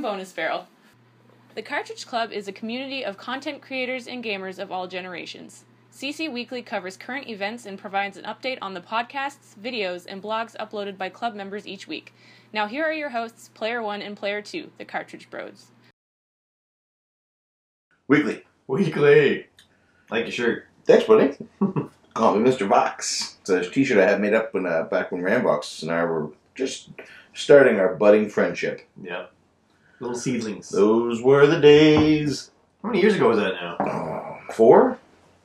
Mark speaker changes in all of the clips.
Speaker 1: Bonus Barrel. The Cartridge Club is a community of content creators and gamers of all generations. CC Weekly covers current events and provides an update on the podcasts, videos, and blogs uploaded by club members each week. Now, here are your hosts, Player One and Player Two, the Cartridge Bros.
Speaker 2: Weekly.
Speaker 3: Weekly.
Speaker 2: Like your shirt. Thanks, buddy. Call me Mr. Vox. It's a t-shirt I had made up when uh, back when Rambox and I were just starting our budding friendship.
Speaker 3: Yeah. Little seedlings.
Speaker 2: Those were the days.
Speaker 3: How many years ago was that now?
Speaker 2: Oh, four?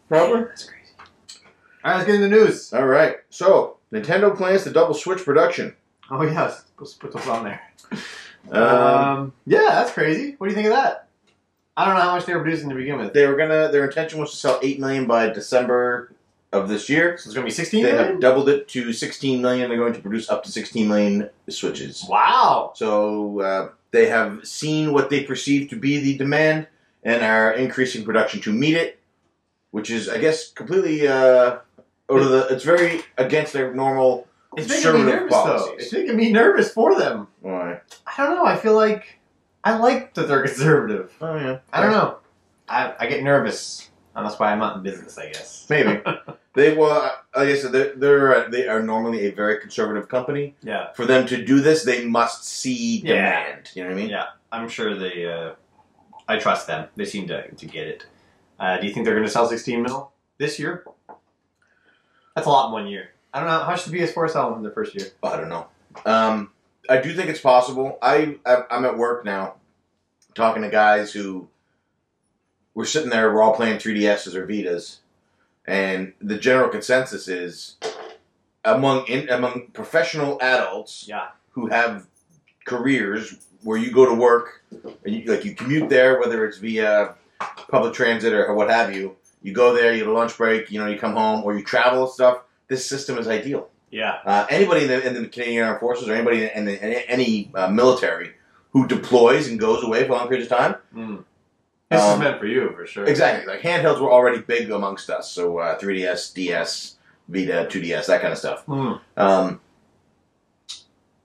Speaker 2: Probably?
Speaker 3: That's crazy. All right, let's get into the news.
Speaker 2: All right. So, Nintendo plans to double Switch production.
Speaker 3: Oh yes, let's put those on there.
Speaker 2: Um,
Speaker 3: um, yeah, that's crazy. What do you think of that? I don't know how much they were producing to begin with.
Speaker 2: they were gonna. Their intention was to sell eight million by December of this year.
Speaker 3: So it's gonna be
Speaker 2: They
Speaker 3: sixteen
Speaker 2: have
Speaker 3: million.
Speaker 2: doubled it to 16 million. They're going to produce up to 16 million Switches.
Speaker 3: Wow.
Speaker 2: So uh, they have seen what they perceive to be the demand and are increasing production to meet it, which is, I guess, completely uh, out of the. It's very against their normal.
Speaker 3: It's making me
Speaker 2: Conservative
Speaker 3: nervous though.
Speaker 2: policies.
Speaker 3: It's making me nervous for them.
Speaker 2: Why?
Speaker 3: I don't know. I feel like I like that they're conservative.
Speaker 2: Oh yeah.
Speaker 3: I don't know. I, I get nervous, and that's why I'm not in business. I guess.
Speaker 2: Maybe they well, like I said, they're, they're uh, they are normally a very conservative company.
Speaker 3: Yeah.
Speaker 2: For them to do this, they must see
Speaker 3: Yeah.
Speaker 2: demand. You know what I mean?
Speaker 3: Yeah, I'm sure they. Uh, I trust them. They seem to, to get it. Uh, do you think they're going to sell 16 mil this year? That's a lot in one year. I don't know how much the PS4 sell in the first year.
Speaker 2: I don't know. Um, I do think it's possible. I, I I'm at work now, talking to guys who were sitting there. We're all playing 3DSs or Vitas, and the general consensus is among in, among professional adults
Speaker 3: Yeah.
Speaker 2: who have careers where you go to work and you like you commute there, whether it's via public transit or what have you. You go there, you get a lunch break, you know, you come home, or you travel and stuff. This system is ideal.
Speaker 3: Yeah.
Speaker 2: Uh, anybody in the, in the Canadian Armed Forces or anybody in, the, in any uh, military who deploys and goes away for long periods of time.
Speaker 3: Hmm. This
Speaker 2: Um,
Speaker 3: is meant for you for sure.
Speaker 2: Exactly. Like handhelds were already big amongst us. So uh, 3DS, DS, Vita, 2DS, that kind of stuff.
Speaker 3: Mm.
Speaker 2: Um,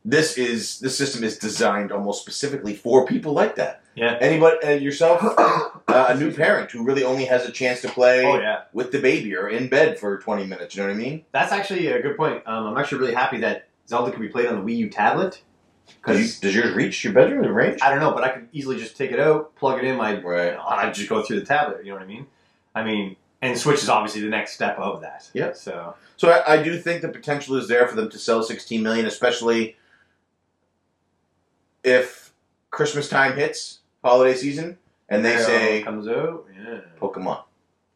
Speaker 2: this is this system is designed almost specifically for people like that.
Speaker 3: Yeah.
Speaker 2: Anybody, uh, yourself, uh, a new parent who really only has a chance to play
Speaker 3: Oh yeah.
Speaker 2: with the baby or in bed for 20 minutes. You know what I mean?
Speaker 3: That's actually a good point. Um, I'm actually really happy that Zelda can be played on the Wii U tablet
Speaker 2: Does,
Speaker 3: because
Speaker 2: you, does yours reach your bedroom and range?
Speaker 3: I don't know, but I could easily just take it out, plug it in my
Speaker 2: Right.
Speaker 3: and I just go through the tablet. You know what I mean? I mean, and Switch is obviously the next step of that.
Speaker 2: Yeah.
Speaker 3: So
Speaker 2: So I, I do think the potential is there for them to sell 16 million, especially if Christmas time hits, holiday season, and they
Speaker 3: Mario
Speaker 2: say
Speaker 3: comes out. Yeah.
Speaker 2: Pokemon.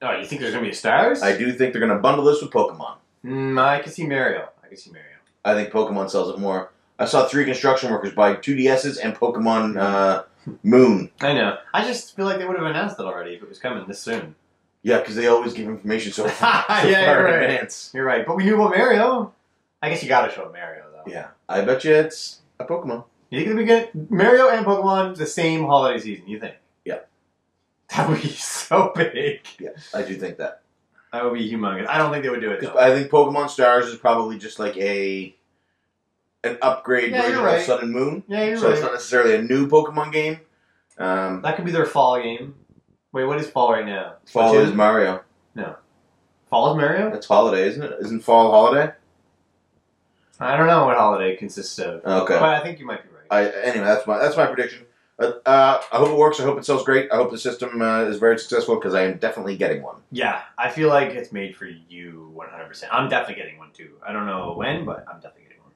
Speaker 3: Oh, you think there's gonna be a stars?
Speaker 2: I do think they're going to bundle this with Pokemon.
Speaker 3: Mm, I can see Mario. I can see Mario.
Speaker 2: I think Pokemon sells it more. I saw three construction workers buy 2DSs and Pokemon uh, Moon.
Speaker 3: I know. I just feel like they would have announced it already if it was coming this soon.
Speaker 2: Yeah, because they always give information so, so
Speaker 3: yeah,
Speaker 2: far
Speaker 3: you're
Speaker 2: in
Speaker 3: right.
Speaker 2: advance.
Speaker 3: You're right. But we knew about Mario. I guess you gotta show Mario though.
Speaker 2: Yeah, I bet you it's a Pokemon.
Speaker 3: You think we get Mario and Pokemon the same holiday season? You think?
Speaker 2: Yeah.
Speaker 3: That would be so big.
Speaker 2: I do think that.
Speaker 3: That would be humongous. I don't think they would do it.
Speaker 2: 'Cause
Speaker 3: Though.
Speaker 2: I think Pokemon Stars is probably just like a an upgrade
Speaker 3: Yeah, you're
Speaker 2: version
Speaker 3: right.
Speaker 2: of Sun and Moon.
Speaker 3: Yeah, you're
Speaker 2: so
Speaker 3: right.
Speaker 2: it's not necessarily a new Pokemon game. Um,
Speaker 3: That could be their fall game. Wait, what is fall right now?
Speaker 2: fall
Speaker 3: Splatoon?
Speaker 2: is Mario.
Speaker 3: fall is Mario.
Speaker 2: That's holiday, isn't it? Isn't fall holiday?
Speaker 3: I don't know what holiday it consists of,
Speaker 2: Okay.
Speaker 3: but I think you might be right.
Speaker 2: I, anyway, that's my that's my prediction. Uh, uh, I hope it works. I hope it sells great. I hope the system uh, is very successful because I am definitely getting one.
Speaker 3: yeah, I feel like it's made for you 100. percent I'm definitely getting one too. I don't know when, but I'm definitely getting one.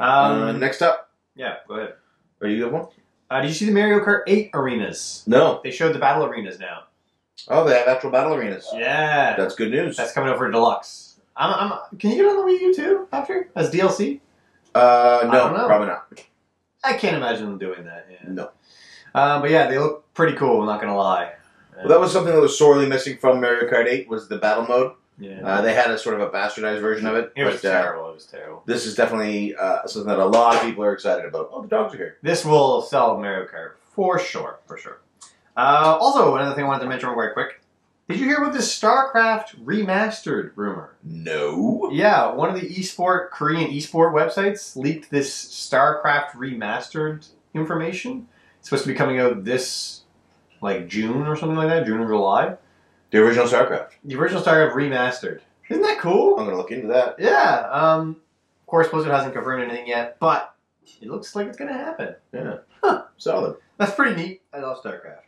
Speaker 2: Uh,
Speaker 3: Um,
Speaker 2: next up,
Speaker 3: yeah, go ahead.
Speaker 2: are you good one?
Speaker 3: Uh, did you see the Mario Kart 8 arenas?
Speaker 2: No.
Speaker 3: They showed the battle arenas now.
Speaker 2: Oh, they have actual battle arenas.
Speaker 3: Yeah,
Speaker 2: That's good news.
Speaker 3: that's coming over deluxe. I'm, I'm, can you get on the Wii U too after as DLC?
Speaker 2: Uh,
Speaker 3: I don't
Speaker 2: no,
Speaker 3: know.
Speaker 2: probably not.
Speaker 3: I can't imagine them doing that. Yeah.
Speaker 2: No.
Speaker 3: Um, but yeah, they look pretty cool. I'm not gonna lie.
Speaker 2: Well, that was something that was sorely missing from Mario Kart 8 was the battle mode.
Speaker 3: yeah.
Speaker 2: Uh, they had a sort of a bastardized version of it.
Speaker 3: It was
Speaker 2: but, uh,
Speaker 3: terrible. It was terrible.
Speaker 2: this is definitely uh, something that a lot of people are excited about. Oh, the dogs are here.
Speaker 3: This will sell Mario Kart for sure, for sure. Uh, also, another thing I wanted to mention real quick. Did you hear about this StarCraft remastered rumor?
Speaker 2: No.
Speaker 3: Yeah, one of the esport Korean esport websites leaked this StarCraft remastered information. It's supposed to be coming out this like June or something like that, June or July.
Speaker 2: The original StarCraft.
Speaker 3: The original StarCraft remastered. Isn't that cool?
Speaker 2: I'm gonna look into that.
Speaker 3: Yeah. Um, of course, Blizzard hasn't confirmed anything yet, but it looks like it's gonna happen.
Speaker 2: Solid.
Speaker 3: That's pretty neat. I love StarCraft.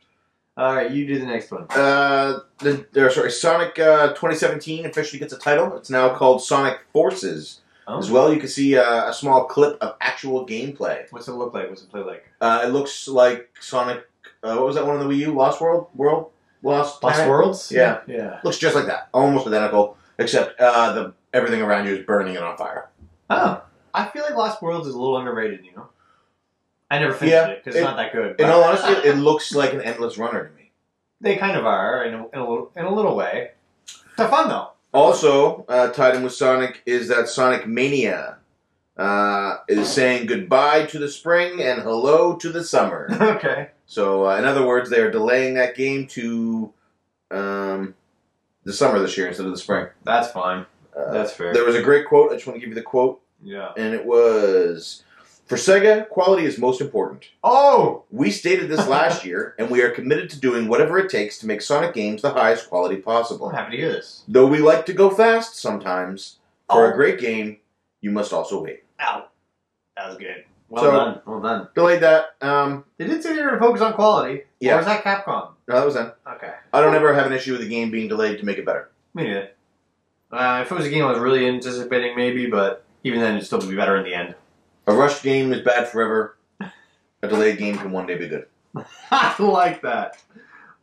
Speaker 3: All right, you do the next one.
Speaker 2: Uh, the, or, sorry, Sonic uh, 2017 officially gets a title. It's now called Sonic Forces.
Speaker 3: Oh.
Speaker 2: As well, you can see uh, a small clip of actual gameplay.
Speaker 3: What's it look like? What's it play like?
Speaker 2: Uh, it looks like Sonic. Uh, what was that one on the Wii U? Lost World? World? Lost?
Speaker 3: Lost
Speaker 2: Planet?
Speaker 3: Worlds?
Speaker 2: Yeah.
Speaker 3: Yeah.
Speaker 2: Looks just like that, almost identical, except uh, the everything around you is burning and on fire.
Speaker 3: Oh, I feel like Lost Worlds is a little underrated. You know, I never finished
Speaker 2: Yeah,
Speaker 3: it because it's
Speaker 2: it-
Speaker 3: not that good.
Speaker 2: In
Speaker 3: but-
Speaker 2: all honesty, it looks like an endless runner to me.
Speaker 3: they kind of are in a, in a little in a little way. They're fun though.
Speaker 2: Also, uh, tied in with Sonic is that Sonic Mania uh, is saying goodbye to the spring and hello to the summer.
Speaker 3: okay.
Speaker 2: so, uh, in other words, they are delaying that game to um, the summer this year instead of the spring.
Speaker 3: That's fine.
Speaker 2: Uh,
Speaker 3: That's fair.
Speaker 2: There was a great quote. I just want to give you the quote,
Speaker 3: Yeah.
Speaker 2: and it was For Sega, quality is most important.
Speaker 3: Oh,
Speaker 2: We stated this last year, and we are committed to doing whatever it takes to make Sonic games the highest quality
Speaker 3: I'm
Speaker 2: possible.
Speaker 3: happy to hear this.
Speaker 2: Though we like to go fast sometimes, for
Speaker 3: Oh.
Speaker 2: a great game, you must also wait.
Speaker 3: Ow. That was good. Well
Speaker 2: So-
Speaker 3: done. Well done.
Speaker 2: Delayed that. Um,
Speaker 3: They did say they were going to focus on quality.
Speaker 2: Yeah.
Speaker 3: Or was that Capcom?
Speaker 2: no, that was them.
Speaker 3: Okay.
Speaker 2: I don't ever have an issue with a game being delayed to make it better.
Speaker 3: Me neither. Uh, if it was a game I was really anticipating, maybe, but even then, it'd still be better in the end.
Speaker 2: A rushed game is bad forever. A delayed game can one day be good.
Speaker 3: I like that.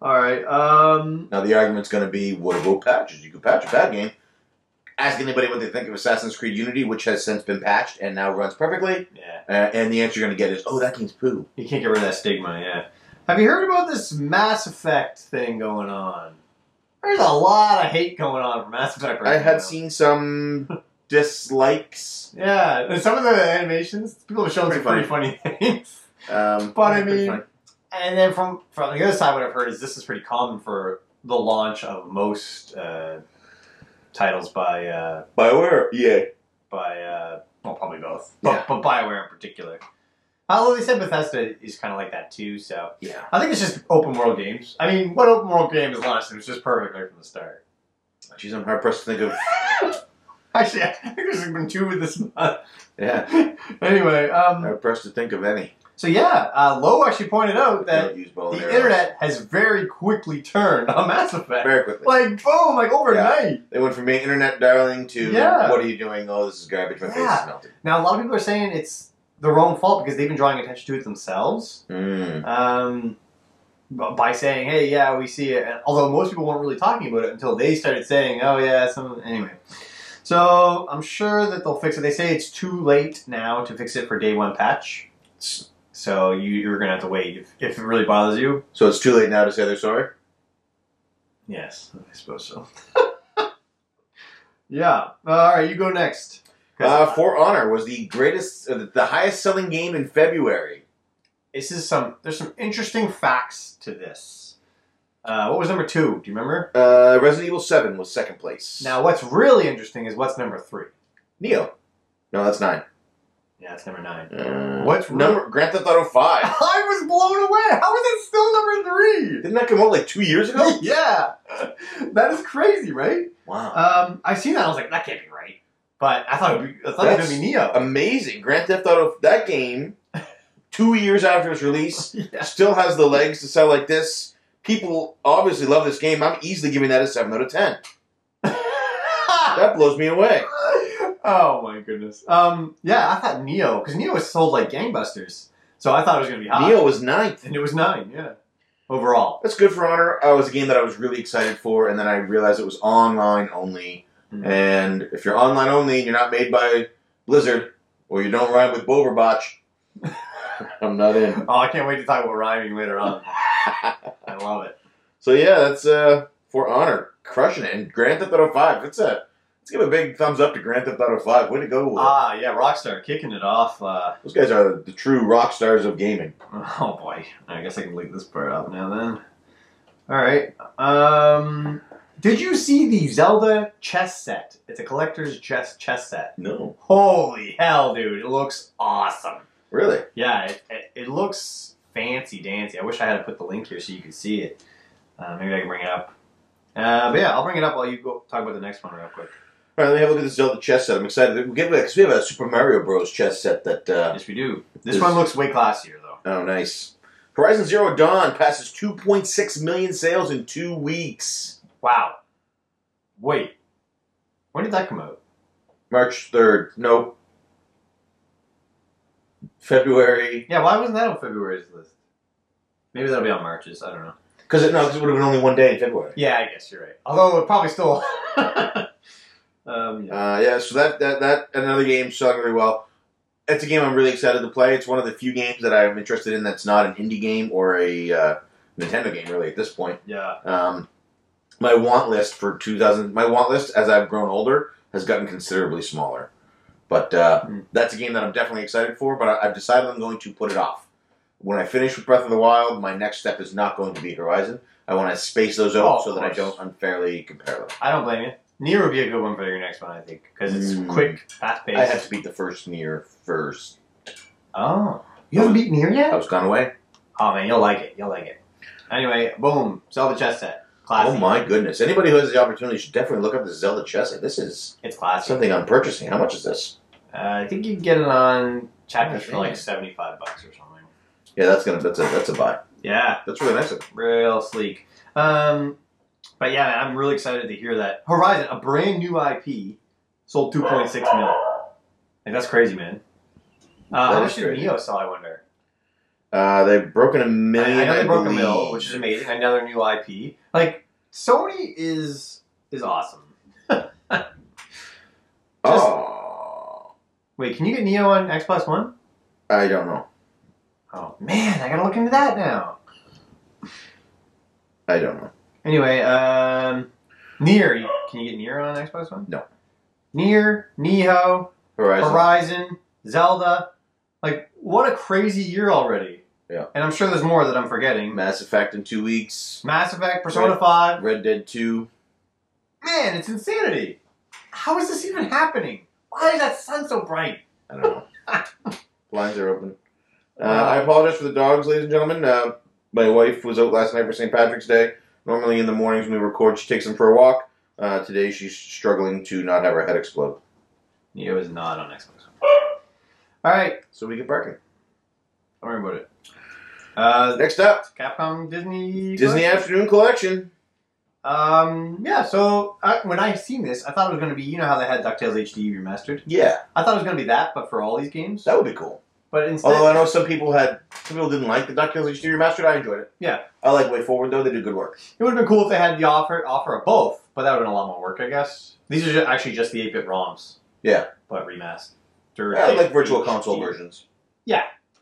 Speaker 3: All right. Um.
Speaker 2: Now the argument's going to be, what about patches? You can patch a bad game. Ask anybody what they think of Assassin's Creed Unity, which has since been patched and now runs perfectly,
Speaker 3: Yeah.
Speaker 2: uh, and the answer you're going to get is, oh, that game's poo.
Speaker 3: You can't get rid of that stigma, yeah. Have you heard about this Mass Effect thing going on? There's a lot of hate going on for Mass Effect right
Speaker 2: I
Speaker 3: now.
Speaker 2: had seen some dislikes.
Speaker 3: Yeah, and some of the animations, people have shown some
Speaker 2: Pretty
Speaker 3: pretty funny things.
Speaker 2: Um,
Speaker 3: But I
Speaker 2: pretty
Speaker 3: mean-
Speaker 2: funny.
Speaker 3: And then from, from the other side, what I've heard is this is pretty common for the launch of most uh, titles by, uh,
Speaker 2: Bioware, yeah,
Speaker 3: by uh, well, probably both,
Speaker 2: Yeah.
Speaker 3: but, but Bioware in particular. Although they said Bethesda is kind of like that too, so.
Speaker 2: yeah.
Speaker 3: I think it's just open world games. I mean, what open world game is launched and it's just perfect right from the start?
Speaker 2: Jeez, I'm hard pressed to think of.
Speaker 3: Actually, I think there's been two with this month.
Speaker 2: Yeah,
Speaker 3: anyway, um,
Speaker 2: hard pressed to think of any.
Speaker 3: so yeah, uh, Lowe actually pointed out that
Speaker 2: Don't use bow
Speaker 3: the
Speaker 2: and arrows.
Speaker 3: internet has very quickly turned on Mass Effect.
Speaker 2: Very quickly.
Speaker 3: Like, boom, like overnight.
Speaker 2: They went from being internet darling to
Speaker 3: Yeah.
Speaker 2: what are you doing? Oh, this is garbage. My face
Speaker 3: Yeah.
Speaker 2: is melting.
Speaker 3: Now, a lot of people are saying it's their own fault because they've been drawing attention to it themselves
Speaker 2: Mm.
Speaker 3: um, b- by saying, hey, yeah, we see it. And- Although most people weren't really talking about it until they started saying, oh, yeah, some. Anyway. So I'm sure that they'll fix it. They say it's too late now to fix it for day one patch. S- So you, you're going to have to wait if, if it really bothers you.
Speaker 2: So it's too late now to say they're sorry.
Speaker 3: Yes, I suppose so. yeah. Uh, All right, you go next. 'Cause
Speaker 2: Uh, For Honor was the greatest, uh, the highest selling game in February.
Speaker 3: this is some. There's some interesting facts to this. Uh, what was number two? Do you remember?
Speaker 2: Uh, Resident Evil Seven was second place.
Speaker 3: Now, what's really interesting is what's number three.
Speaker 2: Neo. No, that's nine.
Speaker 3: Yeah, that's number nine.
Speaker 2: Uh,
Speaker 3: What's
Speaker 2: number? Grand Theft Auto Five.
Speaker 3: I was blown away. How is it still number
Speaker 2: Didn't that come out like two years ago?
Speaker 3: three? yeah, that is crazy, right?
Speaker 2: wow.
Speaker 3: Um, I've seen that. I was like, that can't be right. But I thought it'd be, I thought it was gonna be Neo.
Speaker 2: Amazing. Grand Theft Auto, that game, two years after its release,
Speaker 3: Yeah.
Speaker 2: still has the legs to sell like this. People obviously love this game. I'm easily giving that a 7 out of 10. That blows me away.
Speaker 3: oh my goodness. Um, yeah, I thought Neo because Neo was sold like gangbusters, so I thought it was gonna be hot.
Speaker 2: Neo was ninth.
Speaker 3: and it was nine. Yeah, overall.
Speaker 2: That's good for honor. Uh, it was a game that I was really excited for, and then I realized it was online only.
Speaker 3: Mhm.
Speaker 2: And if you're online only and you're not made by Blizzard, or you don't ride with Boverbotch, I'm not in.
Speaker 3: Oh, I can't wait to talk about rhyming later on. I love it.
Speaker 2: So yeah, that's uh for honor, crushing it. And Grand Theft Auto Five, it's a let's give a big thumbs up to Grand Theft Auto Five. Way to go!
Speaker 3: Ah, yeah, Rockstar kicking it off. Uh,
Speaker 2: Those guys are the true rock stars of gaming.
Speaker 3: oh boy, I guess I can leave this part up now then. All right. Um, did you see the Zelda chess set? It's a collector's chess chess set.
Speaker 2: No,
Speaker 3: Holy hell, dude! It looks awesome.
Speaker 2: really.
Speaker 3: Yeah, it, it, it looks fancy dancy. I wish I had put the link here so you could see it. Uh, maybe I can bring it up. Uh, but yeah, I'll bring it up while you go talk about the next one real quick.
Speaker 2: All right, let me have a look at this Zelda chess set. I'm excited. We'll get because we have a Super Mario Bros. chess set that. Uh,
Speaker 3: Yes, we do. This
Speaker 2: This-
Speaker 3: one looks way classier though.
Speaker 2: oh, nice. Horizon Zero Dawn passes 2.6 million sales in two weeks.
Speaker 3: Wow. Wait. When did that come out?
Speaker 2: March 3rd. No. February.
Speaker 3: Yeah, why wasn't that on February's list? Maybe that'll be on March's. I don't know.
Speaker 2: Because it, no, 'cause it would have been only one day in February.
Speaker 3: Yeah, I guess you're right. Although it probably still. um, yeah.
Speaker 2: Uh, yeah, so that, that, that another game's selling really well. It's a game I'm really excited to play. It's one of the few games that I'm interested in that's not an indie game or a uh, Nintendo game, really, at this point.
Speaker 3: Yeah.
Speaker 2: Um, my want list for 2000, my want list as I've grown older has gotten considerably smaller. But uh,
Speaker 3: Mm.
Speaker 2: that's a game that I'm definitely excited for, but I, I've decided I'm going to put it off. When I finish with Breath of the Wild, my next step is not going to be Horizon. I want to space those out
Speaker 3: Oh, of
Speaker 2: so that I
Speaker 3: course.
Speaker 2: don't unfairly compare them.
Speaker 3: I don't blame you. Near would be a good one for your next one, I think, because it's
Speaker 2: Mm.
Speaker 3: quick, fast
Speaker 2: I have
Speaker 3: paced.
Speaker 2: to beat the first near first.
Speaker 3: Oh, you haven't beat Near
Speaker 2: I
Speaker 3: yet?
Speaker 2: was gone away.
Speaker 3: Oh man, you'll like it. You'll like it. Anyway, boom, Zelda chess set. Classic.
Speaker 2: Oh my goodness! Anybody who has the opportunity should definitely look up this Zelda chess set. This is
Speaker 3: It's classic.
Speaker 2: something I'm purchasing. How much is this?
Speaker 3: Uh, I think you can get it on chapters
Speaker 2: Oh,
Speaker 3: for like
Speaker 2: man.
Speaker 3: seventy-five bucks or something.
Speaker 2: Yeah, that's gonna that's a that's a buy.
Speaker 3: Yeah.
Speaker 2: That's really nice. of
Speaker 3: real sleek. Um, but yeah, man, I'm really excited to hear that Horizon, a brand new IP, sold 2.6 million. Like that's crazy, man. Uh,
Speaker 2: That
Speaker 3: how
Speaker 2: is
Speaker 3: much did
Speaker 2: crazy.
Speaker 3: Neo sell? I wonder.
Speaker 2: Uh, they've broken a million.
Speaker 3: I know they broke a
Speaker 2: believe.
Speaker 3: mill, which is amazing. Another new IP. Like Sony is is awesome. Just-
Speaker 2: Oh,
Speaker 3: Wait, can you get Neo on Xbox One?
Speaker 2: I don't know.
Speaker 3: Oh man, I gotta look into that now.
Speaker 2: I don't know.
Speaker 3: Anyway, um, Near, can you get Near on Xbox One?
Speaker 2: No.
Speaker 3: Near, Neo,
Speaker 2: Horizon.
Speaker 3: Horizon, Zelda. Like, what a crazy year already.
Speaker 2: Yeah.
Speaker 3: And I'm sure there's more that I'm forgetting.
Speaker 2: Mass Effect in two weeks.
Speaker 3: Mass Effect, Persona 5.
Speaker 2: Red Dead Two.
Speaker 3: Man, it's insanity. How is this even happening? Why is that sun so bright?
Speaker 2: I don't know. Blinds are open. Uh, I apologize for the dogs, ladies and gentlemen. Uh, my wife was out last night for St. Patrick's Day. Normally in the mornings when we record, she takes them for a walk. Uh, today she's struggling to not have her head explode.
Speaker 3: Neo is not on Xbox. All right,
Speaker 2: So we get barking.
Speaker 3: don't worry about it. Uh,
Speaker 2: Next up,
Speaker 3: Capcom Disney.
Speaker 2: Disney Afternoon Collection.
Speaker 3: Um, yeah. So I, when I seen this, I thought it was going to be you know how they had Ducktales HD remastered.
Speaker 2: Yeah,
Speaker 3: I thought it was going to be that, but for all these games.
Speaker 2: that would be cool.
Speaker 3: But instead,
Speaker 2: Although I know some people had some people didn't like the DuckTales HD remastered, I enjoyed it.
Speaker 3: Yeah.
Speaker 2: I like Way Forward though; they do good work.
Speaker 3: It would have been cool if they had the offer offer of both, but that would have been a lot more work, I guess. These are ju- actually just the 8-bit ROMs.
Speaker 2: Yeah.
Speaker 3: But remastered. Or
Speaker 2: I like Virtual
Speaker 3: HD.
Speaker 2: Console versions.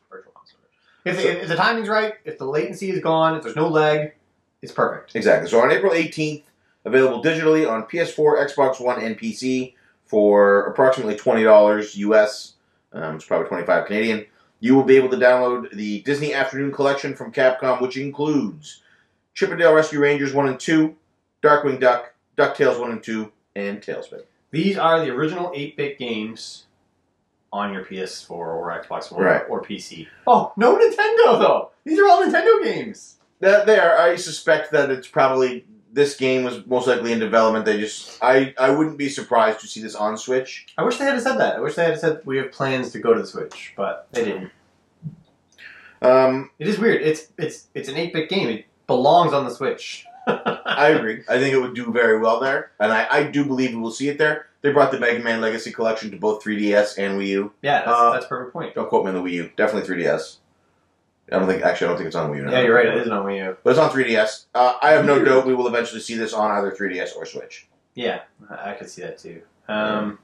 Speaker 3: Virtual console version. If, the if the timing's right, if the latency is gone, if there's no lag, it's perfect.
Speaker 2: Exactly. So on April 18th, available digitally on PS4, Xbox One, and PC for approximately twenty dollars US. Um, it's probably 25 Canadian. You will be able to download the Disney Afternoon Collection from Capcom, which includes Chippendale Rescue Rangers One and Two, Darkwing Duck, Ducktales One and Two, and Tailspin.
Speaker 3: These are the original 8-bit games on your PS4 or Xbox One
Speaker 2: Right.
Speaker 3: or PC. Oh, no Nintendo though. These are all Nintendo games.
Speaker 2: That there, I suspect that it's probably this game was most likely in development. They just, I, I wouldn't be surprised to see this on Switch.
Speaker 3: I wish they had said that. I wish they had said we have plans to go to the Switch, but they didn't.
Speaker 2: Um,
Speaker 3: It is weird. It's it's it's an eight bit game. It belongs on the Switch.
Speaker 2: I agree. I think it would do very well there, and I, I do believe we will see it there. They brought the Mega Man Legacy Collection to both 3DS and Wii U.
Speaker 3: Yeah, that's,
Speaker 2: Uh,
Speaker 3: that's a perfect point.
Speaker 2: Don't quote me on the Wii U. Definitely 3DS. I don't think. Actually, I don't think it's on Wii U. now.
Speaker 3: Yeah, you're right. It is on Wii U.
Speaker 2: But it's on 3DS. Uh, I have no
Speaker 3: Weird.
Speaker 2: doubt we will eventually see this on either 3DS or Switch.
Speaker 3: Yeah, I I could see that too. Um,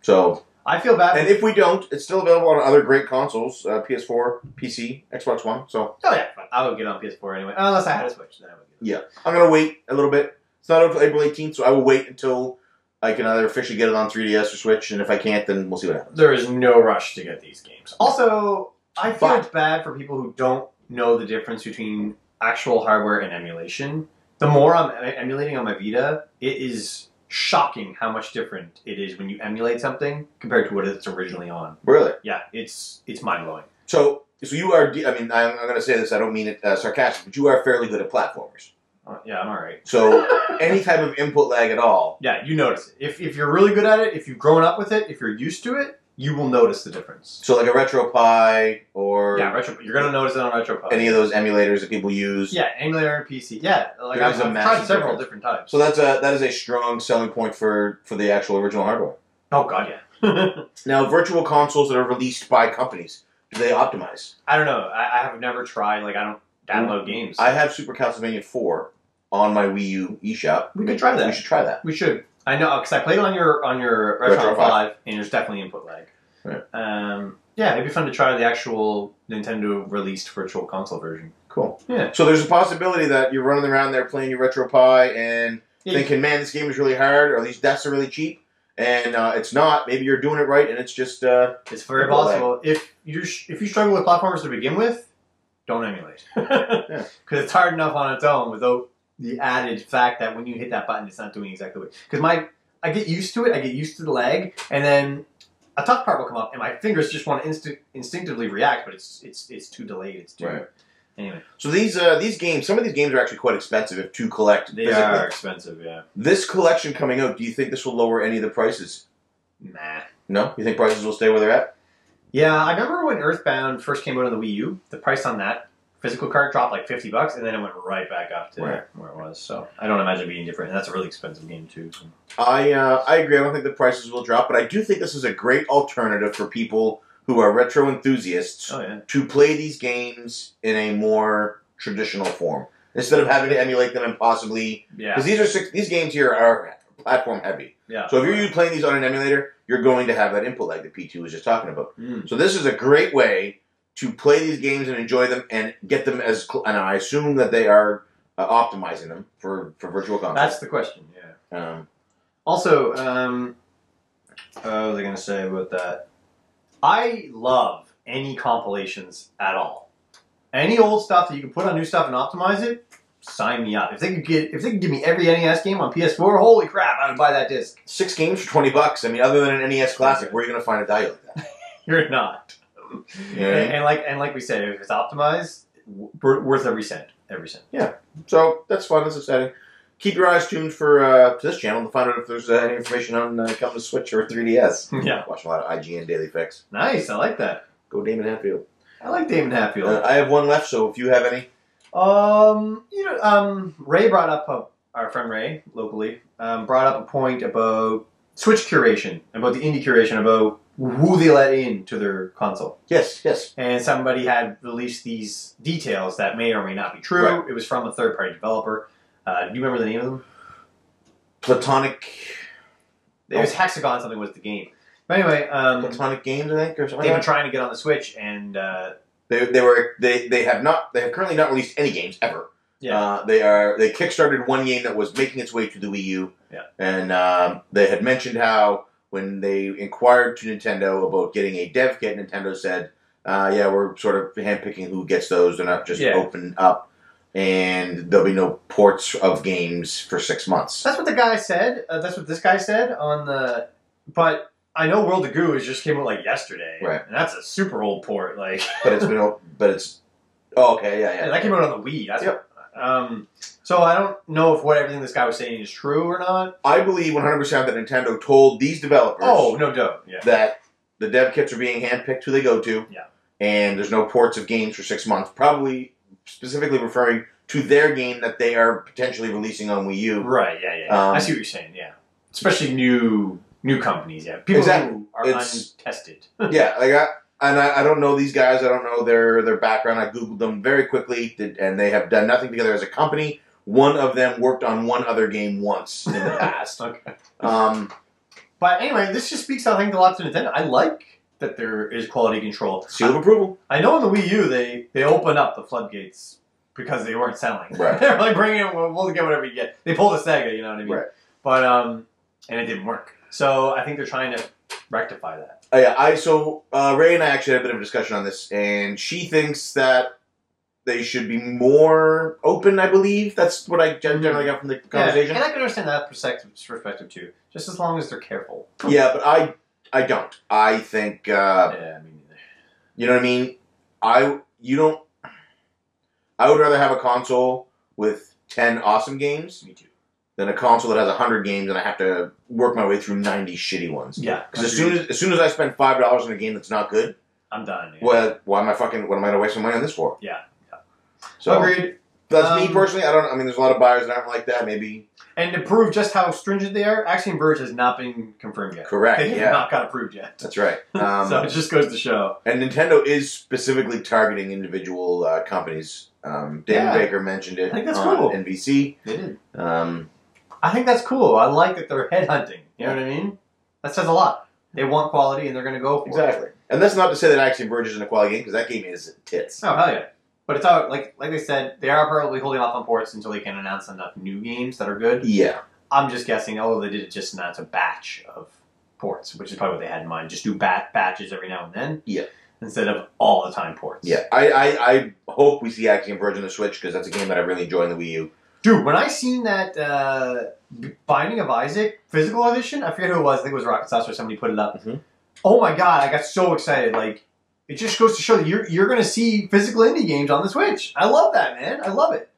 Speaker 2: So,
Speaker 3: I feel bad.
Speaker 2: and if we don't, it's still available on other great consoles: uh, PS4, PC, Xbox One. So
Speaker 3: oh yeah, but I would get on PS4 anyway, unless I had a Switch. Then I would. Get it.
Speaker 2: I'm gonna wait a little bit. It's not until April 18th, so I will wait until I can either officially get it on 3DS or Switch, and if I can't, then we'll see what happens.
Speaker 3: There is no rush to get these games. Also, I feel
Speaker 2: But-
Speaker 3: bad for people who don't know the difference between actual hardware and emulation. The more I'm em- emulating on my Vita, it is shocking how much different it is when you emulate something compared to what it's originally on.
Speaker 2: Really?
Speaker 3: Yeah, it's it's mind blowing.
Speaker 2: So So you are. de- I mean, I'm, I'm going to say this. I don't mean it uh, sarcastic, but you are fairly good at platformers.
Speaker 3: Uh, yeah, I'm all right.
Speaker 2: So any type of input lag at all,
Speaker 3: Yeah, you notice it. If, if you're really good at it, if you've grown up with it, if you're used to it, you will notice the difference.
Speaker 2: so like a RetroPie or
Speaker 3: Yeah, retro. You're gonna notice it on RetroPub.
Speaker 2: any of those emulators that people use.
Speaker 3: yeah, Angular and PC. Yeah, like
Speaker 2: There
Speaker 3: I've,
Speaker 2: is a
Speaker 3: I've tried
Speaker 2: massive
Speaker 3: several
Speaker 2: difference.
Speaker 3: different types.
Speaker 2: So that's a that is a strong selling point for for the actual original hardware.
Speaker 3: oh god, yeah.
Speaker 2: Now, virtual consoles that are released by companies, do they optimize?
Speaker 3: I don't know. I, I have never tried. Like I don't download games.
Speaker 2: Mm. I have Super Castlevania 4 on my Wii U eShop.
Speaker 3: we could try that.
Speaker 2: We should try that.
Speaker 3: We should. I know because I played on your on your
Speaker 2: Retro Five.
Speaker 3: Retron Five, and there's definitely input lag.
Speaker 2: Right.
Speaker 3: Um, yeah, it'd be fun to try the actual Nintendo released Virtual Console version.
Speaker 2: Cool.
Speaker 3: Yeah.
Speaker 2: So there's a possibility that you're running around there playing your RetroPie and
Speaker 3: Yeah,
Speaker 2: thinking, man, this game is really hard, or these deaths are really cheap, and uh, it's not. Maybe you're doing it right, and it's just uh,
Speaker 3: it's very
Speaker 2: Input lag.
Speaker 3: possible. If you sh- if you struggle with platformers to begin with, don't emulate because it's hard enough on its own without the added fact that when you hit that button, it's not doing exactly what. Because my I get used to it. I get used to the lag, and then a tough part will come up, and my fingers just want to insti- instinctively react, but it's it's it's too delayed. It's too
Speaker 2: Right.
Speaker 3: anyway.
Speaker 2: so these uh, these games. Some of these games are actually quite expensive if to collect.
Speaker 3: They
Speaker 2: physically.
Speaker 3: are expensive, yeah.
Speaker 2: This collection coming out, do you think this will lower any of the prices?
Speaker 3: Nah.
Speaker 2: No, you think prices will stay where they're at?
Speaker 3: Yeah, I remember when Earthbound first came out on the Wii U. The price on that physical card dropped like fifty bucks, and then it went right back up to
Speaker 2: Right.
Speaker 3: where it was. So I don't imagine being different. And that's a really expensive game too. so.
Speaker 2: I uh, I agree. I don't think the prices will drop, but I do think this is a great alternative for people who are retro enthusiasts
Speaker 3: Oh yeah.
Speaker 2: to play these games in a more traditional form instead of having to emulate them and possibly
Speaker 3: Yeah.
Speaker 2: because these are six, these games here are platform heavy.
Speaker 3: Yeah.
Speaker 2: So if you're you playing these on an emulator, you're going to have that input lag that P2 was just talking about.
Speaker 3: Mm.
Speaker 2: So this is a great way to play these games and enjoy them and get them as cl- and I assume that they are uh, optimizing them for for virtual consoles.
Speaker 3: That's the question, yeah.
Speaker 2: Um,
Speaker 3: Also, um what was I gonna say about that? I love any compilations at all. Any old stuff that you can put on new stuff and optimize it, sign me up. If they could get if they could give me every NES game on PS4, holy crap, I would buy that disc.
Speaker 2: six games for twenty bucks. I mean, other than an NES Classic, where are you going to find a value like that?
Speaker 3: You're not.
Speaker 2: Yeah.
Speaker 3: And, and like and like we said, if it's optimized, w- wor- worth every cent. Every cent.
Speaker 2: So that's fun. That's exciting. Keep your eyes tuned for uh, to this channel to find out if there's uh, any information on uh, coming to Switch or 3DS.
Speaker 3: Yeah.
Speaker 2: Watch a lot of IGN Daily Fix.
Speaker 3: Nice. I like that.
Speaker 2: Go Damon Hatfield.
Speaker 3: I like Damon Hatfield.
Speaker 2: Uh, I have one left, so if you have any,
Speaker 3: Um, you know, um, Ray brought up a, our friend Ray locally um, brought up a point about Switch curation, about the indie curation, about who they let in to their console.
Speaker 2: yes, yes,
Speaker 3: And somebody had released these details that may or may not be true.
Speaker 2: Right.
Speaker 3: It was from a third party developer. Uh, do you remember the name of them?
Speaker 2: Platonic,
Speaker 3: It
Speaker 2: Oh.
Speaker 3: was Hexagon. Something was the game. But anyway, um,
Speaker 2: Platonic Games, I think, or something.
Speaker 3: they've been
Speaker 2: Like that.
Speaker 3: trying to get on the Switch, and uh,
Speaker 2: They, they were they they have not they have currently not released any games ever.
Speaker 3: yeah,
Speaker 2: Uh, they are they kickstarted one game that was making its way to the Wii U.
Speaker 3: Yeah.
Speaker 2: And um, they had mentioned how when they inquired to Nintendo about getting a dev kit, Nintendo said, uh, "Yeah, we're sort of handpicking who gets those. They're not just
Speaker 3: Yeah.
Speaker 2: open up, and there'll be no ports of games for six months."
Speaker 3: that's what the guy said. Uh, that's what this guy said on the. But I know World of Goo is just came out like yesterday,
Speaker 2: Right.
Speaker 3: And that's a super old port. Like
Speaker 2: But it's been o- but it's oh, okay, yeah, yeah.
Speaker 3: that came out on the Wii. That's what, um, so I don't know if what everything this guy was saying is true or not.
Speaker 2: I believe one hundred percent that Nintendo told these developers,
Speaker 3: Oh no, doubt. Yeah,
Speaker 2: that the dev kits are being handpicked who they go to.
Speaker 3: Yeah.
Speaker 2: And there's no ports of games for six months, probably specifically referring to their game that they are potentially releasing on Wii U.
Speaker 3: right. Yeah, yeah. yeah. I
Speaker 2: Um,
Speaker 3: see what you're saying. Yeah, especially new new companies. Yeah, people
Speaker 2: Exactly.
Speaker 3: who are
Speaker 2: It's-
Speaker 3: untested.
Speaker 2: yeah, like I and I, I don't know these guys. I don't know their their background. I googled them very quickly, did, and they have done nothing together as a company. One of them worked on one other game once in the past.
Speaker 3: Okay.
Speaker 2: Um,
Speaker 3: But anyway, this just speaks, I think, a lot to Nintendo. I like that there is quality control.
Speaker 2: seal of approval.
Speaker 3: I know in the Wii U they they opened up the floodgates because they weren't selling.
Speaker 2: Right.
Speaker 3: they were like, bring it, we'll, we'll get whatever you get. They pulled a Sega, you know what I mean?
Speaker 2: Right.
Speaker 3: But um, and it didn't work. So I think they're trying to rectify that.
Speaker 2: Uh, yeah, I so uh, Ray and I actually had a bit of a discussion on this, and she thinks that they should be more open. I believe that's what I gen- generally got from the conversation.
Speaker 3: and
Speaker 2: Yeah,
Speaker 3: I can understand that perspective, perspective too. Just as long as they're careful.
Speaker 2: but I I don't. I think uh,
Speaker 3: Yeah, I mean,
Speaker 2: you know what I mean. I you don't. I would rather have a console with ten awesome games
Speaker 3: Me too.
Speaker 2: than a console that has hundred games and I have to work my way through ninety shitty ones.
Speaker 3: Yeah,
Speaker 2: Because as soon as as soon as I spend five dollars on a game that's not good,
Speaker 3: I'm done. yeah.
Speaker 2: well, why am I fucking? What am I gonna waste my money on this for?
Speaker 3: Yeah,
Speaker 2: So
Speaker 3: agreed.
Speaker 2: that's me
Speaker 3: Um,
Speaker 2: personally. I don't. I mean, there's a lot of buyers that aren't like that. Maybe
Speaker 3: And to prove just how stringent they are, Axiom Verge has not been confirmed yet.
Speaker 2: correct.
Speaker 3: They have
Speaker 2: Yeah,
Speaker 3: not got approved yet.
Speaker 2: that's right. Um,
Speaker 3: so it just goes to show.
Speaker 2: And Nintendo is specifically targeting individual uh, companies. Um, David
Speaker 3: Yeah.
Speaker 2: Baker mentioned it
Speaker 3: I think that's
Speaker 2: on
Speaker 3: cool.
Speaker 2: NBC.
Speaker 3: They did.
Speaker 2: Um,
Speaker 3: I think that's cool. I like that they're headhunting. You know what I mean? That says a lot. They want quality and they're going to go for it.
Speaker 2: And that's not to say that Axiom Verge isn't a quality game because that game is tits.
Speaker 3: Oh hell yeah! But it's all like like they said, they are probably holding off on ports until they can announce enough new games that are good.
Speaker 2: Yeah,
Speaker 3: I'm just guessing. Although they did just announce a batch of ports, which is probably what they had in mind. Just do bat batches every now and then.
Speaker 2: Yeah.
Speaker 3: Instead of all the time ports.
Speaker 2: yeah. I, I, I hope we see Axiom Verge on the Switch because that's a game that I really enjoy on the Wii U.
Speaker 3: Dude, when I seen that uh, B- Binding of Isaac physical edition, I forget who it was. I think it was Rocket Sauce or somebody put it up.
Speaker 2: Mhm.
Speaker 3: Oh my god, I got so excited! Like it just goes to show that you're you're gonna see physical indie games on the Switch. I love that, man. I love it.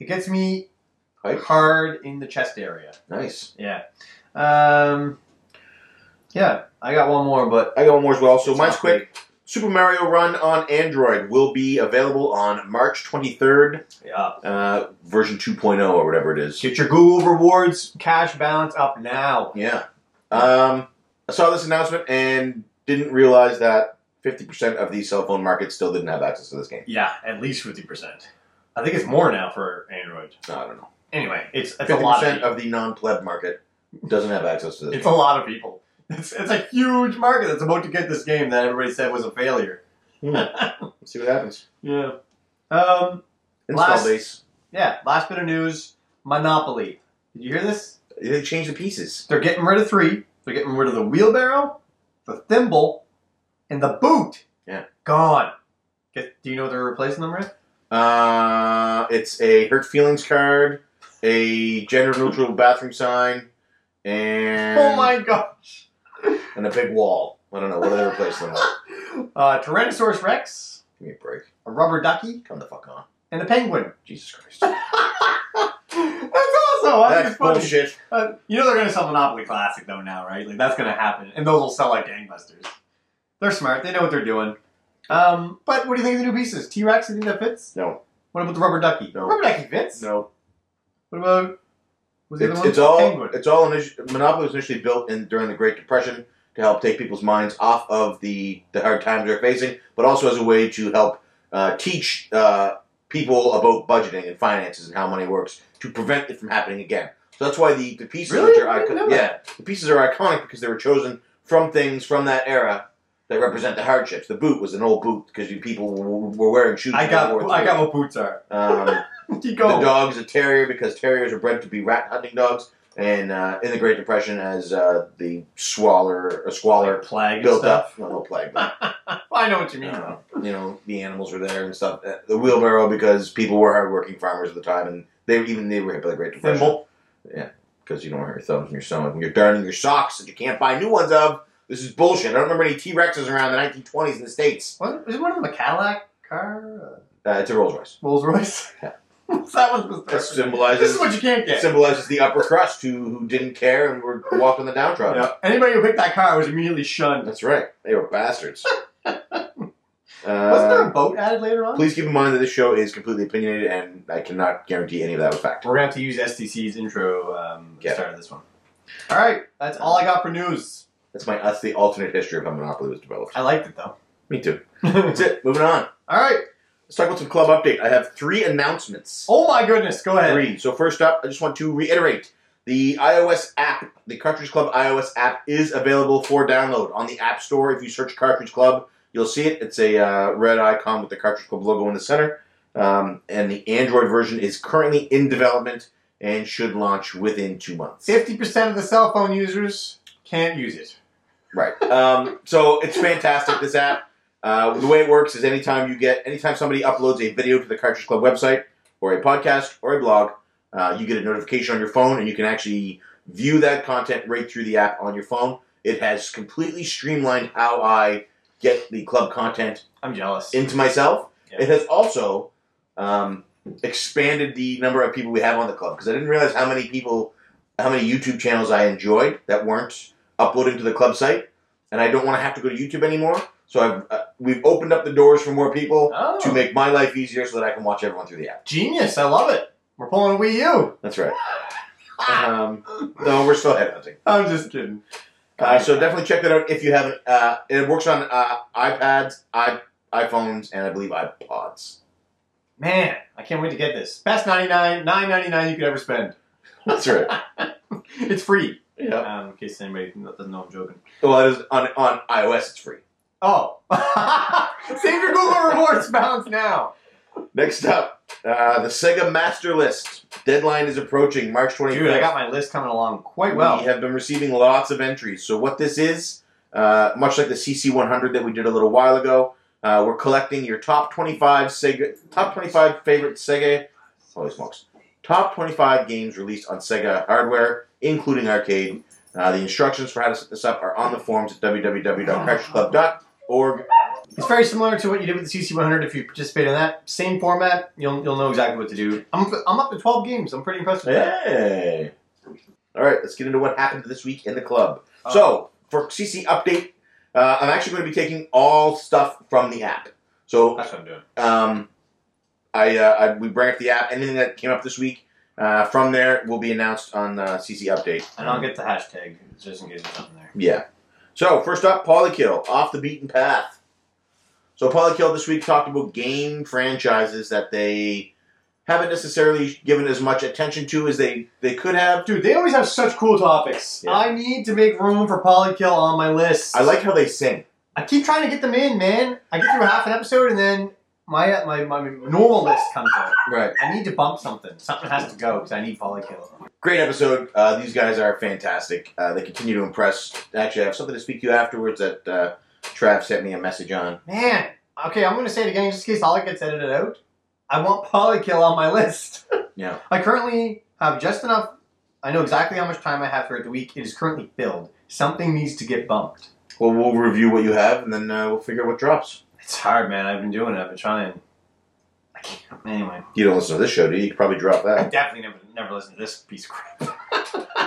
Speaker 3: It gets me
Speaker 2: Hype.
Speaker 3: hard in the chest area.
Speaker 2: Nice.
Speaker 3: Yeah. Um, yeah, I got one more, but
Speaker 2: I got one more as well. So
Speaker 3: it's
Speaker 2: mine's
Speaker 3: not
Speaker 2: quick. Super Mario Run on Android will be available on March 23rd,
Speaker 3: big. Yeah.
Speaker 2: uh, version 2.0 or whatever it is.
Speaker 3: Get your Google rewards cash balance up now.
Speaker 2: Yeah. Um, I saw this announcement and didn't realize that 50% of the cell phone market still didn't have access to this game.
Speaker 3: Yeah, at least fifty percent. I think it's more now for Android.
Speaker 2: I don't know.
Speaker 3: Anyway, it's it's a lot of
Speaker 2: 50%
Speaker 3: people.
Speaker 2: of the non pleb market doesn't have access to this
Speaker 3: It's a
Speaker 2: game.
Speaker 3: lot of people. It's, it's a huge market that's about to get this game that everybody said was a failure.
Speaker 2: See what happens.
Speaker 3: Hmm. Yeah. Um.
Speaker 2: Install
Speaker 3: Last-
Speaker 2: base.
Speaker 3: Yeah. Last bit of news: Monopoly. Did you hear this?
Speaker 2: They changed the pieces.
Speaker 3: They're getting rid of three. They're getting rid of the wheelbarrow, the thimble, and the boot.
Speaker 2: Yeah.
Speaker 3: Gone. Get, do you know what they're replacing them with?
Speaker 2: Uh, it's a hurt feelings card, a gender neutral bathroom sign, and
Speaker 3: Oh my gosh.
Speaker 2: and a big wall. I don't know what do they replace them with.
Speaker 3: Uh, Tyrannosaurus Rex,
Speaker 2: Give me a break.
Speaker 3: a rubber ducky,
Speaker 2: Come the fuck on.
Speaker 3: and a penguin.
Speaker 2: Jesus Christ.
Speaker 3: That's awesome. I think
Speaker 2: That's
Speaker 3: it's funny.
Speaker 2: bullshit.
Speaker 3: Uh, you know they're gonna sell Monopoly Classic though now, right? Like that's gonna happen, and those will sell like gangbusters. They're smart. They know what they're doing. Um, but what do you think of the new pieces? T Rex, you think that fits?
Speaker 2: No.
Speaker 3: What about the rubber ducky?
Speaker 2: No.
Speaker 3: Rubber ducky fits.
Speaker 2: No.
Speaker 3: What about? Was the other
Speaker 2: It's,
Speaker 3: one?
Speaker 2: it's all
Speaker 3: Penguin.
Speaker 2: it's all initi- Monopoly was initially built in during the Great Depression to help take people's minds off of the the hard times they're facing, but also as a way to help uh, teach uh, people about budgeting and finances and how money works to prevent it from happening again. So that's why the the pieces
Speaker 3: Really?
Speaker 2: which are
Speaker 3: I didn't know
Speaker 2: iconic, yeah the pieces are iconic because they were chosen from things from that era. That represent the hardships. The boot was an old boot because people w- were wearing shoes.
Speaker 3: I
Speaker 2: from World
Speaker 3: got.
Speaker 2: War
Speaker 3: I
Speaker 2: III.
Speaker 3: got what boots are.
Speaker 2: Um,
Speaker 3: Keep
Speaker 2: the
Speaker 3: going.
Speaker 2: dog is a terrier because terriers are bred to be rat hunting dogs. And uh, in the Great Depression, as uh, the swaller, uh, squalor
Speaker 3: Like plague and
Speaker 2: built up,
Speaker 3: stuff.
Speaker 2: no, no plague, but
Speaker 3: I know what you mean.
Speaker 2: uh, you know the animals were there and stuff. Uh, The wheelbarrow because people were hardworking farmers at the time, and they were- even they were hit by the Great Depression
Speaker 3: Thimble.
Speaker 2: because you don't have your thumbs in your stomach and you're darning your socks that you can't buy new ones of. This is bullshit. I don't remember any T Rexes around the 1920s in the states.
Speaker 3: Wasn't is one of them a Cadillac car? Uh,
Speaker 2: Uh, it's a Rolls Royce.
Speaker 3: Rolls Royce.
Speaker 2: Yeah.
Speaker 3: that one's
Speaker 2: That
Speaker 3: the This
Speaker 2: symbolizes
Speaker 3: is what you can't get.
Speaker 2: symbolizes the upper crust who who didn't care and were walking the downtrodden.
Speaker 3: Yeah. Anybody who picked that car was immediately shunned.
Speaker 2: That's right. They were bastards.
Speaker 3: Wasn't there a
Speaker 2: uh,
Speaker 3: boat added later on?
Speaker 2: please keep in mind that this show is completely opinionated, and I cannot guarantee any of that was fact.
Speaker 3: We're gonna have to use STC's intro um, at the
Speaker 2: Yeah.
Speaker 3: start of this one. All right, that's all I got for news.
Speaker 2: That's my that's the alternate history of how Monopoly was developed.
Speaker 3: I liked it though.
Speaker 2: Me too.
Speaker 3: all
Speaker 2: That's it. Moving on.
Speaker 3: right.
Speaker 2: Let's talk about some club update. I have three announcements.
Speaker 3: Oh my goodness. Go ahead.
Speaker 2: Three. So first up, I just want to reiterate the iOS app, the Cartridge Club iOS app, is available for download on the App Store. If you search Cartridge Club, you'll see it. It's a uh, red icon with the Cartridge Club logo in the center, um, and the Android version is currently in development and should launch within two months.
Speaker 3: Fifty percent of the cell phone users can't use it.
Speaker 2: Right. Um, so it's fantastic. This app. Uh, the way it works is anytime you get, anytime somebody uploads a video to the Cartridge Club website or a podcast or a blog, uh, you get a notification on your phone, and you can actually view that content right through the app on your phone. It has completely streamlined how I get the club content
Speaker 3: I'm jealous.
Speaker 2: into myself.
Speaker 3: Yeah.
Speaker 2: It has also um, expanded the number of people we have on the club because I didn't realize how many people, how many YouTube channels I enjoyed that weren't uploading to the club site, and I don't want to have to go to YouTube anymore. So I've uh, we've opened up the doors for more people
Speaker 3: oh,
Speaker 2: to make my life easier so that I can watch everyone through the app.
Speaker 3: genius! I love it. We're pulling a Wii U. Ah.
Speaker 2: That's right. um, no, we're still headhunting.
Speaker 3: I'm just kidding.
Speaker 2: Uh, so definitely check that out if you haven't. Uh, it works on uh, iPads, i iPhones, and I believe iPods.
Speaker 3: man, I can't wait to get this. Best ninety nine, nine ninety nine you could ever spend.
Speaker 2: That's right.
Speaker 3: It's free.
Speaker 2: Yeah.
Speaker 3: Um, in case anybody doesn't know, I'm joking.
Speaker 2: Well, it is on on iOS. It's free.
Speaker 3: Oh, save your Google Rewards balance now.
Speaker 2: Next up, uh, the Sega Master List. Deadline is approaching March 25th.
Speaker 3: Dude, I got my list coming along quite well.
Speaker 2: We have been receiving lots of entries. So what this is, uh, much like the CC100 that we did a little while ago, uh, we're collecting your top 25 Sega, top 25 favorite Sega, holy smokes, top 25 games released on Sega hardware, including arcade. Uh, the instructions for how to set this up are on the forums at www.crashclub.org.
Speaker 3: It's very similar to what you did with the CC100. If you participate in that same format, you'll you'll know exactly what to do. I'm, I'm up to 12 games. I'm pretty impressed with that.
Speaker 2: Hey. All right, let's get into what happened this week in the club. So, for CC update, uh, I'm actually going to be taking all stuff from the app. So,
Speaker 3: Oh, that's what I'm doing.
Speaker 2: um, I, uh, I we bring up the app. Anything that came up this week uh, from there will be announced on uh, CC update. Um,
Speaker 3: And I'll get the hashtag just in case there's something there.
Speaker 2: Yeah. So first up, Polykill off the beaten path. So Polykill this week talked about game franchises that they haven't necessarily given as much attention to as they they could have.
Speaker 3: Dude, they always have such cool topics.
Speaker 2: Yeah.
Speaker 3: I need to make room for Polykill on my list.
Speaker 2: I like how they sing.
Speaker 3: I keep trying to get them in, man. I get through half an episode and then my my, my normal list comes out.
Speaker 2: Right.
Speaker 3: I need to bump something. Something has to go because I need Polykill.
Speaker 2: Great episode. Uh, these guys are fantastic. Uh, they continue to impress. Actually, I have something to speak to you afterwards that uh, Trav sent me a message on.
Speaker 3: Man, okay, I'm gonna say it again just in case all it gets edited out. I want Polykill on my list.
Speaker 2: Yeah.
Speaker 3: I currently have just enough. I know exactly how much time I have throughout the week. It is currently filled. Something needs to get bumped.
Speaker 2: Well, we'll review what you have, and then uh, we'll figure out what drops.
Speaker 3: It's hard, man. I've been doing it. I've been trying. I can't. Anyway,
Speaker 2: You don't listen to this show, do you? You could probably drop
Speaker 3: I
Speaker 2: that.
Speaker 3: definitely never never listened to this piece of crap.